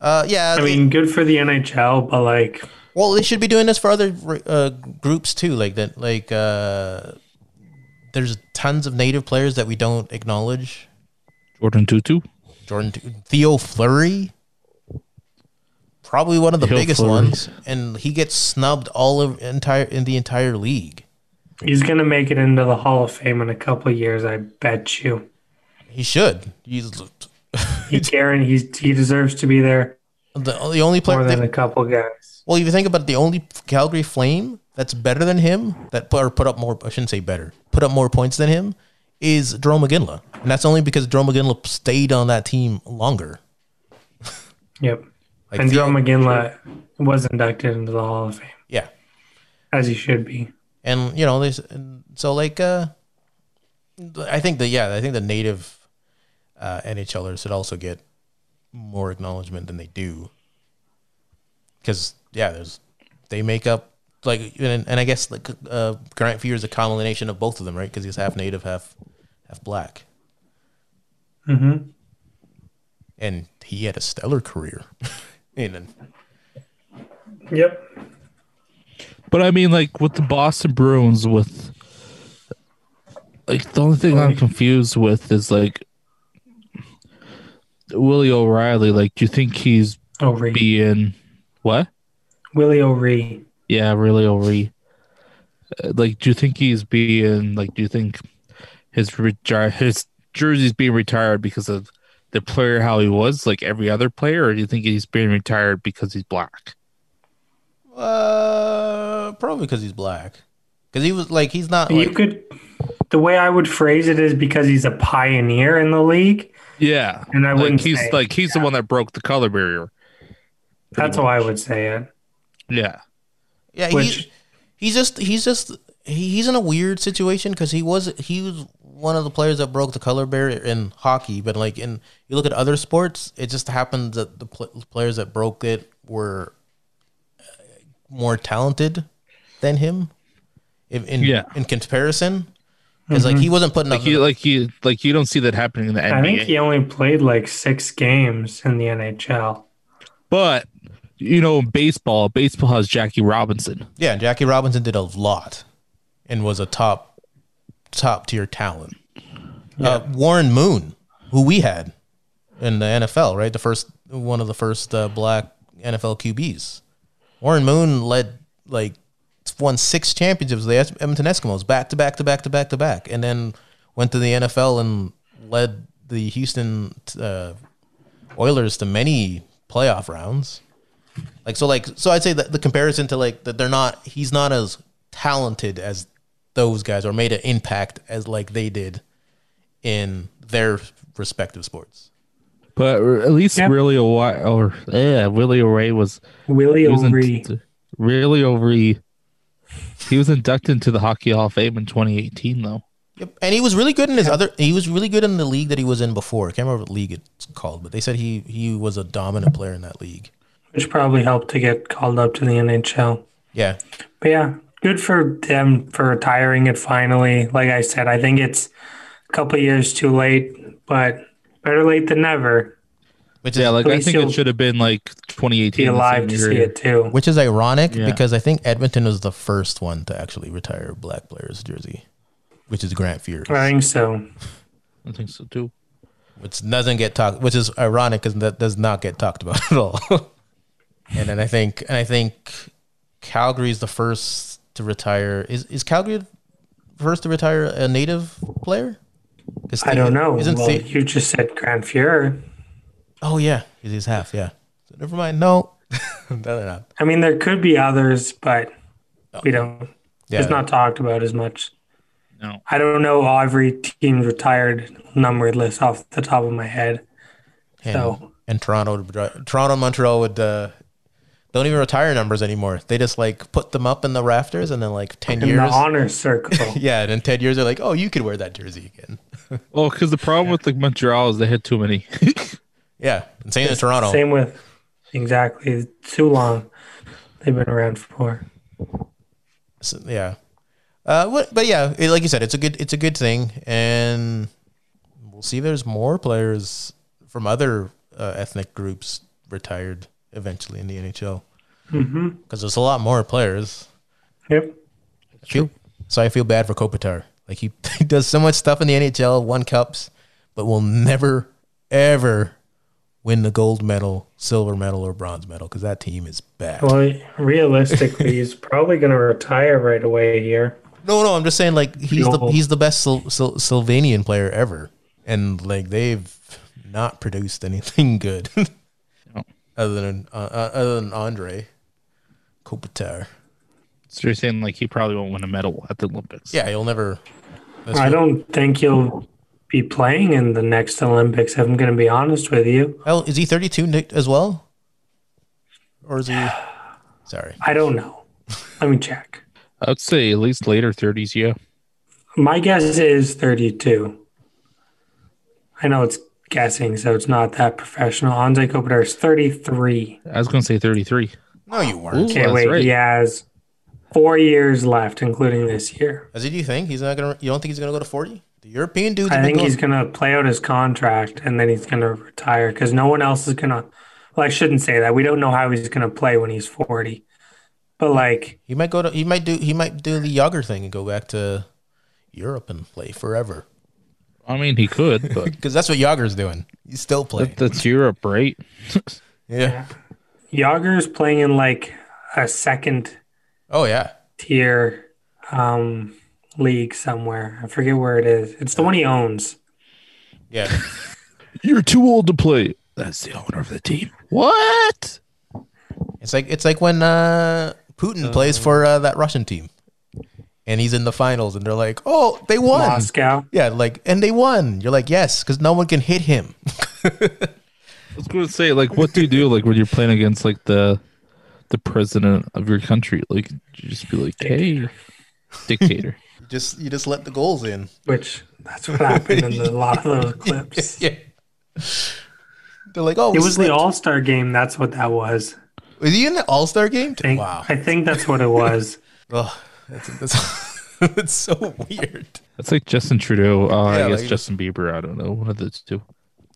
Uh yeah, I mean, good for the NHL, but like, well they should be doing this for other uh, groups too like that like uh there's tons of native players that we don't acknowledge. Jordan Tutu. Jordan Theo Fleury probably one of the Theo biggest Fleury. ones and he gets snubbed all of entire in the entire league. he's going to make it into the Hall of Fame in a couple of years, I bet you. He should. He's He Karen, he's he deserves to be there The, the only player. more than they- a couple guys. well, if you think about it, the only Calgary Flame that's better than him, that put, or put up more, I shouldn't say better, put up more points than him, is Jerome McGinley. And that's only because Jerome McGinley stayed on that team longer. Yep. Like and Theo- Joe McGinley was inducted into the Hall of Fame Yeah. as he should be. and you know there's and so like uh i think the yeah i think the native uh nhlers should also get more acknowledgement than they do because yeah there's they make up like and, and i guess like uh grant fear is a combination of both of them right because he's half native half half black Mm-hmm. and he had a stellar career [LAUGHS] and Yep. But I mean, like with the Boston Bruins, with like the only thing I'm confused with is like Willie O'Reilly. Like, do you think he's O'Ree. being what? Willie O'Ree. Yeah, really O'Ree. Uh, Like, do you think he's being like? Do you think his retire his jersey's being retired because of the player how he was, like every other player, or do you think he's being retired because he's black? uh probably because he's black because he was like he's not You like- could. The way I would phrase it is because he's a pioneer in the league, Yeah, and I like wouldn't. he's say- like he's the one that broke the color barrier. that's how I would say it. Yeah, Yeah, he's, Which- he's just he's just he, he's in a weird situation because he was he was one of the players that broke the color barrier in hockey, but like in you look at other sports, it just happened that the pl- players that broke it were uh, more talented than him. In in, Yeah. in comparison, because like he wasn't putting Like up. you, like you, like you don't see that happening in the NBA. I think he only played like six games in the NHL. But you know, in baseball, baseball has Jackie Robinson. yeah, Jackie Robinson did a lot, and was a top top tier talent. Uh, Warren Moon, who we had in the NFL, right? The first one of the first uh, black NFL QBs. Warren Moon led like won six championships. with The Edmonton Eskimos back to back to back to back to back, and then went to the NFL and led the Houston uh, Oilers to many playoff rounds. Like so, like so, I'd say that the comparison to like that they're not. He's not as talented as those guys, or made an impact as like they did in their respective sports. But r- at least Yeah. really a while, or yeah, Willie O'Ree was Willie he was O'Ree. in, really O'Ree. He was inducted into the Hockey Hall of Fame in 2018, though. Yep. And he was really good in his other. He was really good in the league that he was in before. I can't remember what league it's called, but they said he he was a dominant player in that league. which probably helped to get called up to the NHL. Yeah, But yeah, good for them for retiring it finally. Like I said, I think it's a couple years too late, but better late than never. which is Yeah, like I least think it he'll should have been like 2018. Be the alive same to year. see it too. which is ironic Yeah. because I think Edmonton was the first one to actually retire a black player's jersey, which is Grant Fury. I think so. I think so too. which doesn't get talked, which is ironic because that does not get talked about [LAUGHS] at all. and then I think, and I think Calgary's the first to retire. Is is Calgary the first to retire a native player? 'Cause I Thea- don't know. Isn't well, Thea- you just said Grand Fuhrer. oh yeah, 'cause he's half. Yeah. So never mind. No, [LAUGHS] no, they're not. I mean, there could be others, but we don't. Yeah, It's not talked about as much. No. I don't know all every team's retired numbered list off the top of my head. And, so- and Toronto, would dri- Toronto, and Montreal would. Uh, don't even retire numbers anymore. They just like put them up in the rafters, and then like ten In years, the honor circle. yeah, and in ten years they're like, oh, you could wear that jersey again. Oh, because the problem with like Montreal is they had too many. [LAUGHS] Yeah, and same [LAUGHS] in Toronto. Same with exactly too long. They've been around for. So, yeah. Uh, what, but yeah, it, like you said, it's a good it's a good thing, and we'll see. if There's more players from other uh, ethnic groups retired eventually in the NHL because there's a lot more players. Yep. True. So I feel bad for Kopitar. Like he, [LAUGHS] he does so much stuff in the NHL, won cups, but will never ever win the gold medal, silver medal, or bronze medal because that team is bad. Well, realistically, he's [LAUGHS] probably going to retire right away here. No, no, I'm just saying like he's the No. he's the best Syl- Syl- Sylvanian player ever, and like they've not produced anything [LAUGHS] good other than uh, uh, other than Andre Kopitar. so you're saying like he probably won't win a medal at the Olympics. Yeah, he'll never. that's I good. don't think he'll be playing in the next Olympics. If I'm going to be honest with you. Hell, is he 32 Nick, as well, or is [SIGHS] he? Sorry, I don't know. Let me check. I'd say at least later 30s. Yeah. My guess is 32. I know it's guessing, so it's not that professional. Anze Kopitar is 33. I was gonna say 33. no, you weren't. Ooh. Can't that's wait. right. He has four years left, including this year. As you do you think he's not gonna? You don't think he's gonna go to 40? The European dudes. I have been think going- he's going to play out his contract and then he's going to retire because no one else is going to. Well, I shouldn't say that. We don't know how he's going to play when he's 40. But, like, He might go to. He might do. He might do the Yager thing and go back to Europe and play forever I mean, he could, but because that's what Yager's doing. He's still playing. that, [LAUGHS] that's Europe, right? Yeah. Yager's playing in, like, a second Oh yeah. tier um, league somewhere. I forget where it is. It's the one he owns. Yeah. [LAUGHS] You're too old to play. That's the owner of the team. What? It's like it's like when uh, Putin plays for uh, that Russian team, and he's in the finals, and they're like, "Oh, they won!" Moscow. Yeah, like, and they won. You're like, "Yes," because no one can hit him. I was gonna say, like, what do you do, like, when you're playing against like the the president of your country? Like, you just be like, hey, [LAUGHS] dictator. You just you just let the goals in. Which that's what happened in a [LAUGHS] lot of those clips. Yeah. They're like, "Oh, It was the all- All Star game. That's what that was. was he in the All Star game? I think, Wow. [LAUGHS] I think that's what it was. Ugh, that's, [LAUGHS] that's it's so weird. That's like Justin Trudeau. Uh, Yeah, I guess like- Justin Bieber. I don't know. One of the two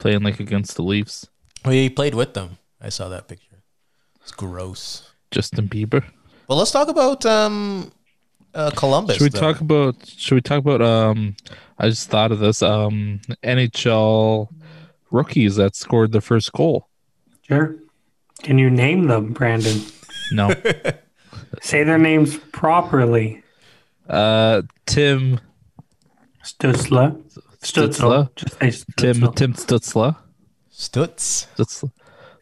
playing like against the Leafs. Well, he played with them. I saw that picture. It's gross. Justin Bieber. Well, let's talk about um, uh, Columbus. Should we though. talk about? Should we talk about? Um, I just thought of this. Um, NHL rookies that scored the first goal. Sure. Can you name them, Brandon? No, Say their names properly. uh, Tim Stutzla. Stutzla. Stutzla. Just say Tim Stutzla. Tim Stutzla. Stutz? Stutz.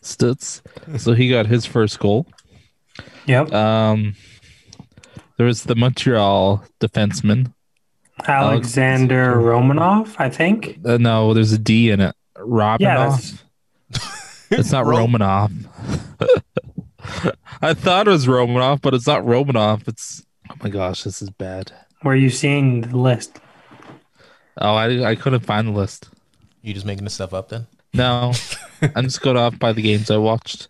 Stutz. So he got his first goal. Yep. Um, there was the Montreal defenseman. Alexander Romanov, I think. Uh, no, there's a D in it. Robinoff. [LAUGHS] that's- it's not Ro- Romanoff. [LAUGHS] I thought it was Romanoff, but it's not Romanoff. It's oh my gosh, this is bad. Were you seeing the list? Oh, I I couldn't find the list. You just making this stuff up then? [LAUGHS] [LAUGHS] No, I'm just going off by the games I watched.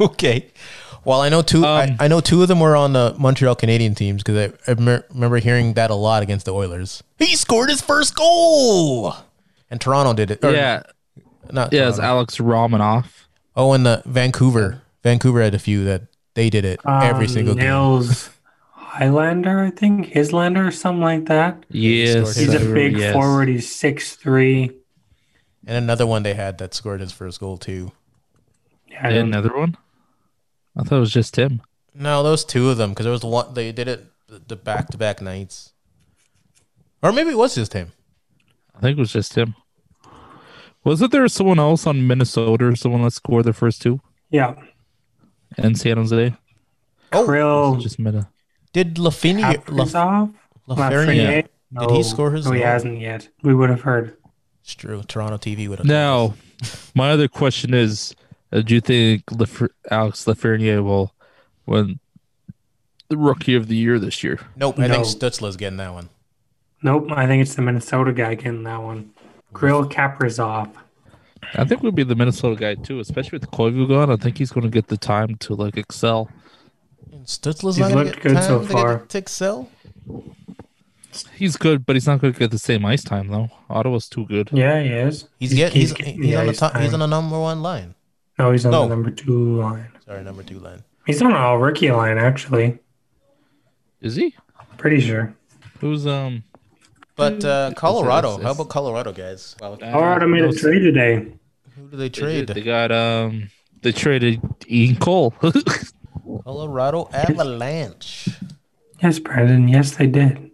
okay. Well, I know two. Um, I, I know two of them were on the Montreal Canadian teams because I, I mer- remember hearing that a lot against the Oilers. He scored his first goal, and Toronto did it. or Yeah, not. yeah, it's Toronto. Alex Romanoff. oh, and the Vancouver. Vancouver had a few that they did it every Um, single game. Nils Highlander, I think. Hislander, something like that. Yes, He's a big yes. forward. He's 6'3. And another one they had that scored his first goal too. Yeah, I And don't know. another one. I thought it was just him. No, those two of them because there was one they did it the- the back to back nights, or maybe it was just him. I think it was just him. Wasn't there someone else on Minnesota or someone that scored the first two Yeah. in San Jose? Krill Just Minna. Oh, Did Lafreniere? Laf- Kaprizov? Lafreniere? Did he score his No, he goal? hasn't yet. We would have heard. It's true. Toronto TV would have. Now, my other question is: uh, Do you think Laf- Alex Lafreniere will win the Rookie of the Year this year? Nope, I think No. Stutzla's getting that one. Nope, I think it's the Minnesota guy getting that one. Grill Kaprizov. I think we'll be the Minnesota guy too, especially with Koivu gone. I think he's going to get the time to like excel. Stutzla's He's not gonna looked get good time so to far. Get to excel. He's good, but he's not going to get the same ice time though. Ottawa's too good. Yeah, he is. He's get, he's, he's, yeah, on the he's top. He's fine. on the number one line. No, he's on No. the number two line. Sorry, number two line. He's on an all rookie line, actually. Is he? Pretty sure. Who's um? But uh, Colorado, it's- how about Colorado guys? Wow, Colorado made a trade today. Who do they They did. trade? They got um. They traded Ian Cole. [LAUGHS] Colorado Avalanche. Yes, Brandon. Yes, they did.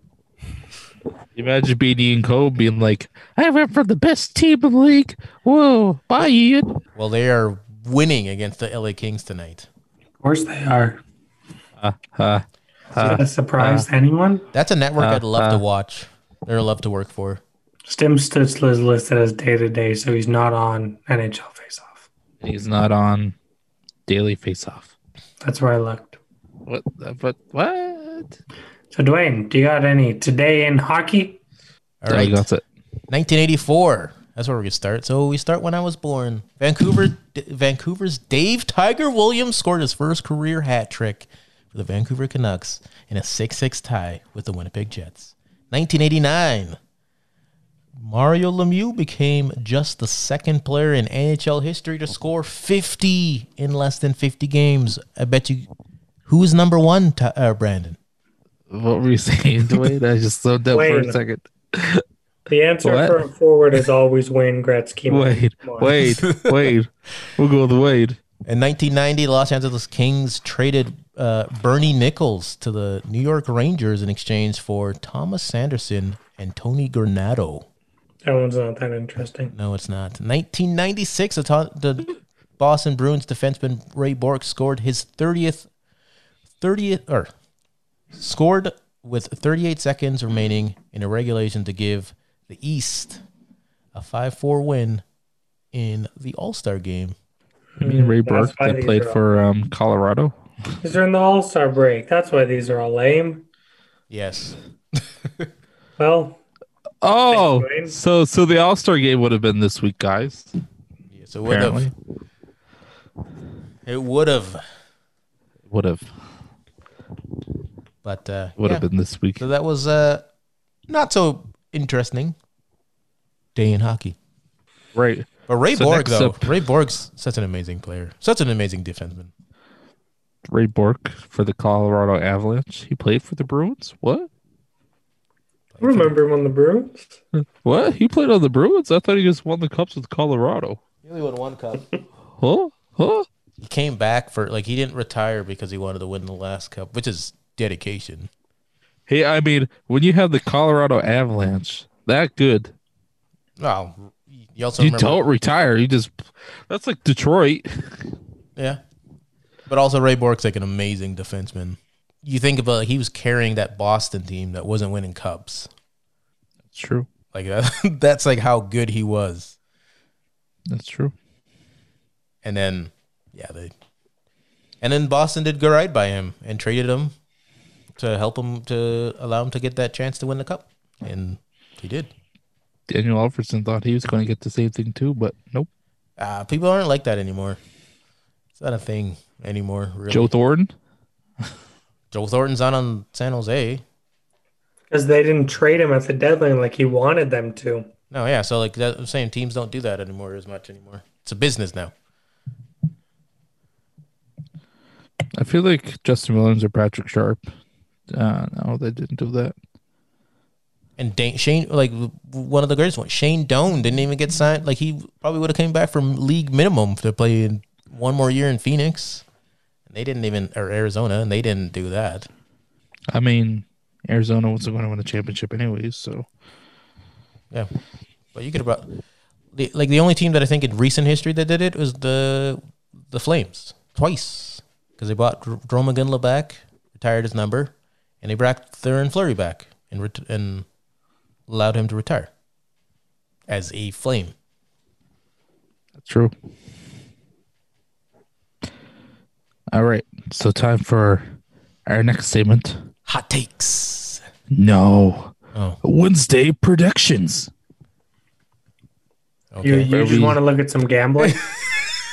Imagine being Ian Cole being like, "I went for the best team in the league." Whoa, bye, Ian. Well, they are winning against the LA Kings tonight. Of course they are. Uh, Is that a surprise uh. to anyone? That's a network Uh, I'd love to uh. watch. They're love to work for. Stim Stutzler is listed as day to day, so he's not on NHL faceoff. he's not on Daily Faceoff. That's where I looked. What? the- But what? So, Dwayne, do you got any today in hockey? All right, that's it. 1984. That's where we could start. So we start when I was born. Vancouver, D- Vancouver's Dave Tiger Williams scored his first career hat trick for the Vancouver Canucks in a 6-6 tie with the Winnipeg Jets. 1989. Mario Lemieux became just the second player in NHL history to score 50 in less than 50 games. I bet you who's number 1 Ti- uh, Brandon? What were you saying, Dwayne? I just slowed down for Wayne. a second. The answer What? for a forward is always Wayne Gretzky. Wade, Come on. Wade, Wade. We'll go with Wade. In 1990, the Los Angeles Kings traded uh, Bernie Nichols to the New York Rangers in exchange for Thomas Sanderson and Tony Granado. That one's not that interesting. No, it's not. 1996, the, to- the Boston Bruins defenseman Ray Bork scored his 30th, 30th, or scored with 38 seconds remaining in a regulation to give the East a 5 4 win in the All Star game. I mean, Ray That's Burke why that these played are all- for um, Colorado. These are in the All Star break. That's why these are all lame. Yes. Well, Oh, Wayne. so so the All Star game would have been this week, guys. So would have. It would have. Would have. But uh, Would yeah. have been this week. So that was uh, not so interesting day in hockey. Right. But Ray So Borg, next though, up- Ray Borg's such an amazing player, such an amazing defenseman. Ray Bork for the Colorado Avalanche. He played for the Bruins. What? Remember him on the Bruins? What? He played on the Bruins? I thought he just won the cups with Colorado. He only won one cup. Huh? Huh? he came back for like he didn't retire because he wanted to win the last cup, which is dedication. Hey, I mean, when you have the Colorado Avalanche that good, Wow. You also you remember, don't retire. You just that's like Detroit. yeah. But also Ray Bork's like an amazing defenseman. You think about like, he was carrying that Boston team that wasn't winning cups. That's true. Like that, [LAUGHS] that's like how good he was. That's true. And then, yeah, they. And then Boston did go right by him and traded him to help him to allow him to get that chance to win the cup, and he did. Daniel Alfredson thought he was going to get the same thing too, but nope. Uh, people aren't like that anymore. It's not a thing anymore. Really. Joe Joe Thornton. Thornton's on on San Jose. Because they didn't trade him at the deadline like he wanted them to. No, yeah. So like that, I'm saying teams don't do that anymore as much anymore. It's a business now. I feel like Justin Williams or Patrick Sharp. Uh, no, they didn't do that. And Dan- Shane, like w- one of the greatest ones, Shane Doan didn't even get signed. Like he probably would have came back from league minimum to play in one more year in Phoenix. And they didn't even, or Arizona, and they didn't do that. I mean, Arizona wasn't going to win a championship anyways, so Yeah, but you could about the, like the only team that I think in recent history that did it was the the Flames twice because they bought Dr- Droma Gunla back, retired his number, and they brought Theron Flurry back and ret- and allowed him to retire as a Flame. that's true. All right, so time for our next statement. Hot takes. No, Oh, Wednesday predictions. okay. You, you just Every- want to look at some gambling?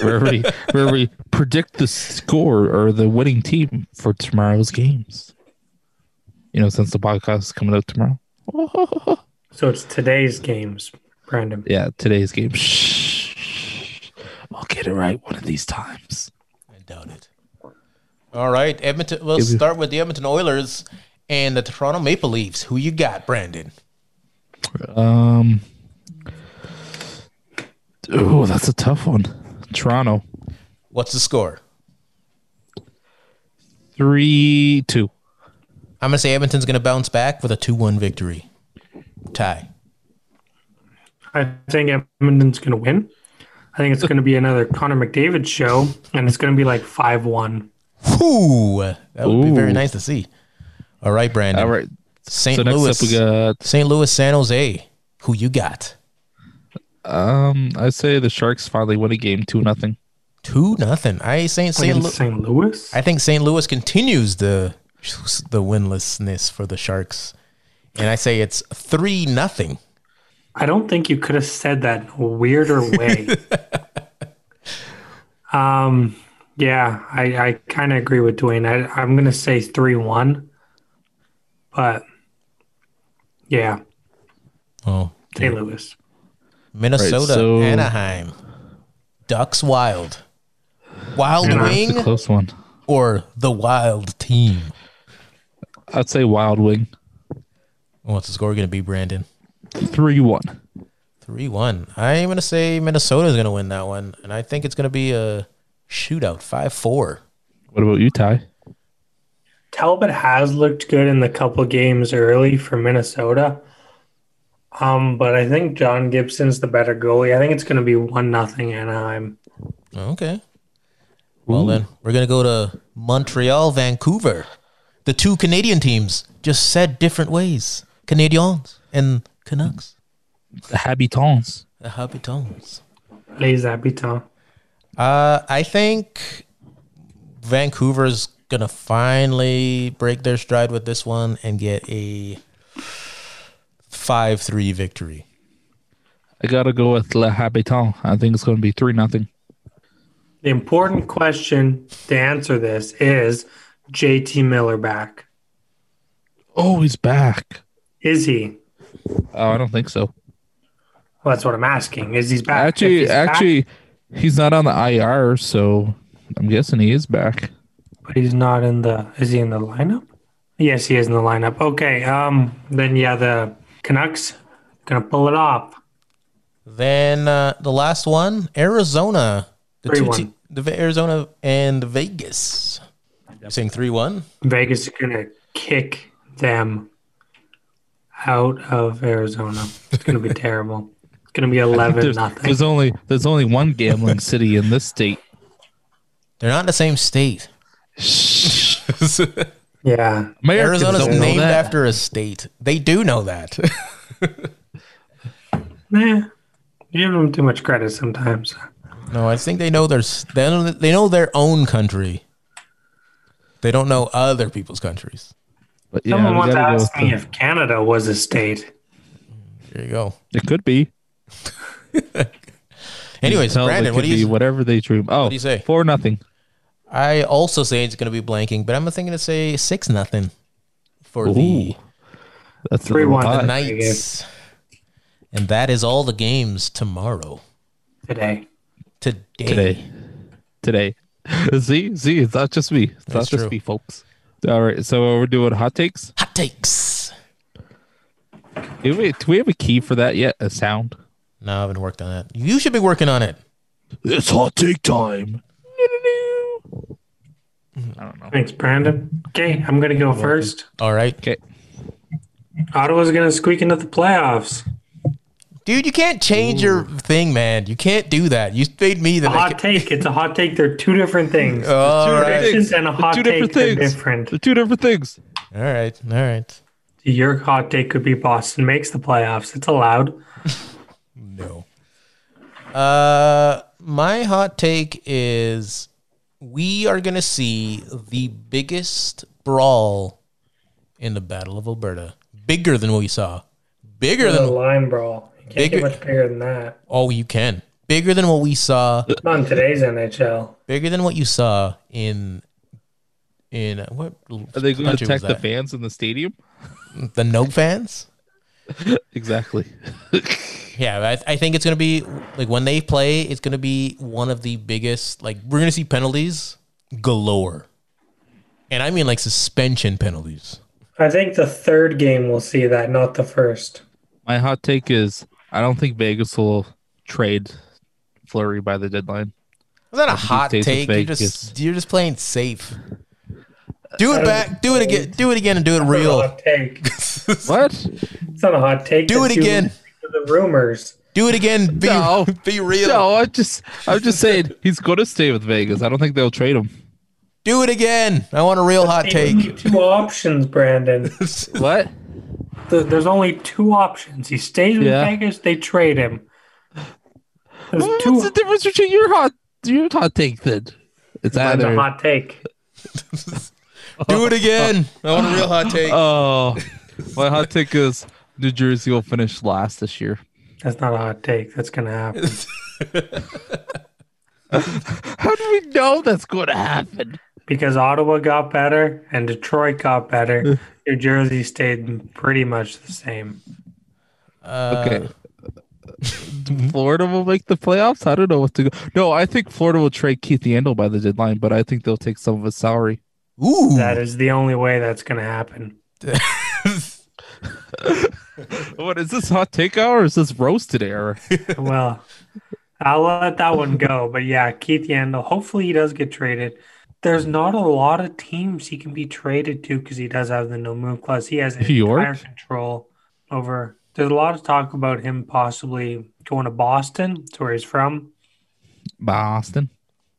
where we where we predict the score or the winning team for tomorrow's games. You know, since the podcast is coming out tomorrow. so it's today's games, Brandon. Yeah, today's game. Shh. I'll get it right one of these times. I doubt it. All right, Edmonton. We'll If you- start with the Edmonton Oilers and the Toronto Maple Leafs. Who you got, Brandon? Um. Oh, that's a tough one. Toronto What's the score? three two. I'm gonna say Edmonton's gonna bounce back with a two-one victory. Tie. I think Edmonton's going to win. I think it's going to be another Connor McDavid show, and it's going to be like 5 1. Ooh, that would be very Ooh. nice to see. All right, Brandon. All right. St. so next Louis. up we got. St. Louis, San Jose. Who you got? Um, I say the Sharks finally win a game two nothing. Two nothing. I St. St. Lu- Against St. Louis? I think St. Louis continues the the winlessness for the Sharks, and I say it's three nothing. I don't think you could have said that in a weirder way. um, yeah, I, I kind of agree with Dwayne. I, I'm going to say 3 1. But yeah, Oh, St. Louis. Minnesota, so- Anaheim, Ducks, Wild, Wild Anaheim. It's a Wing, close one. or the Wild Team. I'd say Wild Wing What's the score going to be, Brandon? three one. 3 1. I'm going to say Minnesota's going to win that one. And I think it's going to be a shootout 5 4. What about you, Ty? Talbot has looked good in the couple games early for Minnesota. Um, but I think John Gibson's the better goalie. I think it's going to be 1 nothing Anaheim. Okay. Well, then we're going to go to Montreal, Vancouver. The two Canadian teams just said different ways Canadiens and Canucks. The Habitants. The Habitants. Les Habitants. Uh, I think Vancouver's gonna finally break their stride with this one and get a five-three victory. I gotta go with Le Habitant. I think it's gonna be three nothing. The important question to answer this is JT Miller back. Oh, he's back. Is he? Oh, I don't think so. Well, that's what I'm asking. Is he's back? If Actually, he's back- actually, he's not on the IR, so I'm guessing he is back. but he's not in the. Is he in the lineup? Yes, he is in the lineup. Okay. Um. Then yeah, the Canucks gonna pull it off. Then uh, the last one, Arizona. The two 3-1. te- the Ve- Arizona and Vegas. You're saying 3 1? Vegas is gonna kick them out of Arizona. It's gonna [LAUGHS] be terrible. It's gonna be eleven There's, nothing. there's only there's only [LAUGHS] one gambling city in this state. They're not in the same state. Yeah. Americans Arizona's don't know named that. after a state. They do know that. [LAUGHS] Nah. You give them too much credit sometimes. no, I think they know their s- they know, they know their own country. They don't know other people's countries. But yeah, Someone we once gotta go asked with me the- if Canada was a state. There you go. it could be. Anyways, Tell it Brandon, could what do be you? whatever they dream. Oh, what do you say? Four nothing. I also say it's going to be blanking, but I'm thinking to say six nothing for Ooh, the that's a Three little one. high. Nice. Knights, and that is all the games tomorrow. today. Today, today. Today. [LAUGHS] see, see, it's not just me. It's That's not just true. me, folks. All right, so we're doing hot takes. hot takes. Do we, do we have a key for that yet? A sound? No, I haven't worked on that. You should be working on it. It's hot take time. I don't know. Thanks, Brandon. Okay, I'm gonna go first. All right, Okay. Ottawa's gonna squeak into the playoffs. dude. You can't change your thing, man. You can't do that. You made me the Oh. A hot take. It's a hot take. They're two different things. Uh, All right, Predictions and a They're hot two take different they're things. different. They're two different things. all right, all right. Your hot take could be Boston makes the playoffs. It's allowed. No. Uh, my hot take is we are going to see the biggest brawl in the Battle of Alberta. Bigger than what we saw. Bigger The than. line brawl. You can't Bigger- get much bigger than that. Oh, you can. Bigger than what we saw. Not in today's NHL. Bigger than what you saw in. In uh, what Are they going to country was attack the that? fans in the stadium? the no fans? Exactly. [LAUGHS] Yeah, I, I think it's gonna be like when they play, it's gonna be one of the biggest. Like we're gonna see penalties galore, and I mean like suspension penalties. I think the third game we'll see that, not the first. My hot take is I don't think Vegas will trade Flurry by the deadline. Is that a hot stays with take? You're Vegas. just you're just playing safe. Do it Uh, That was back. Do it again. Do it again and do it It's not a real. hot take. What? It's not a hot take. Do That's it you again. listening to The rumors. Do it again. Be No. be real. No, I'm just I'm just saying [LAUGHS] he's going to stay with Vegas. I don't think they'll trade him. Do it again. I want a real hot There's [LAUGHS] only take. two [LAUGHS] options, Brandon. What? Th- There's only two options. He stays with Yeah. Vegas. They trade him. There's Well, two. What's the difference between your hot your hot take then? It's That's either a hot take. Do it [LAUGHS] again. I want a real hot take. [LAUGHS] oh, my hot take is New Jersey will finish last this year. That's not a hot take. That's gonna happen. How do we know that's going to happen? because Ottawa got better and Detroit got better. New Jersey stayed pretty much the same. Uh, Okay. Uh, [LAUGHS] Florida will make the playoffs. I don't know what to go. No, I think Florida will trade Keith Yandel by the deadline, but I think they'll take some of his salary. Ooh. That is the only way that's going to happen. What is this hot take hour? Or is this roasted [LAUGHS] error? well, I'll let that one go. But yeah, Keith Yandel. Hopefully, he does get traded. There's not a lot of teams he can be traded to because he does have the no move clause. He has New York? entire control over. There's a lot of talk about him possibly going to Boston. That's where he's from. Boston.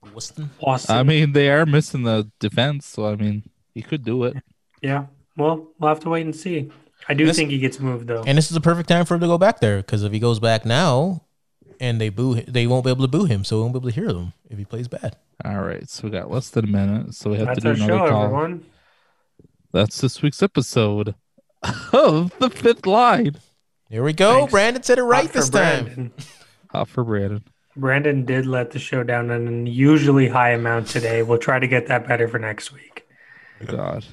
Boston. Boston. I mean, they are missing the defense, so I mean, he could do it. Yeah. Well, we'll have to wait and see. I do This- think he gets moved though. And this is the perfect time for him to go back there because if he goes back now, and they boo, they won't be able to boo him, so we won't be able to hear them if he plays bad. All right, so we got less than a minute, so we have That's to our do another show, call. everyone. That's this week's episode [LAUGHS] of the fifth line. Here we go. Thanks. Brandon said it right Hot for this time. Brandon. Hot for Brandon. Brandon did let the show down an unusually high amount today. We'll try to get that better for next week. God.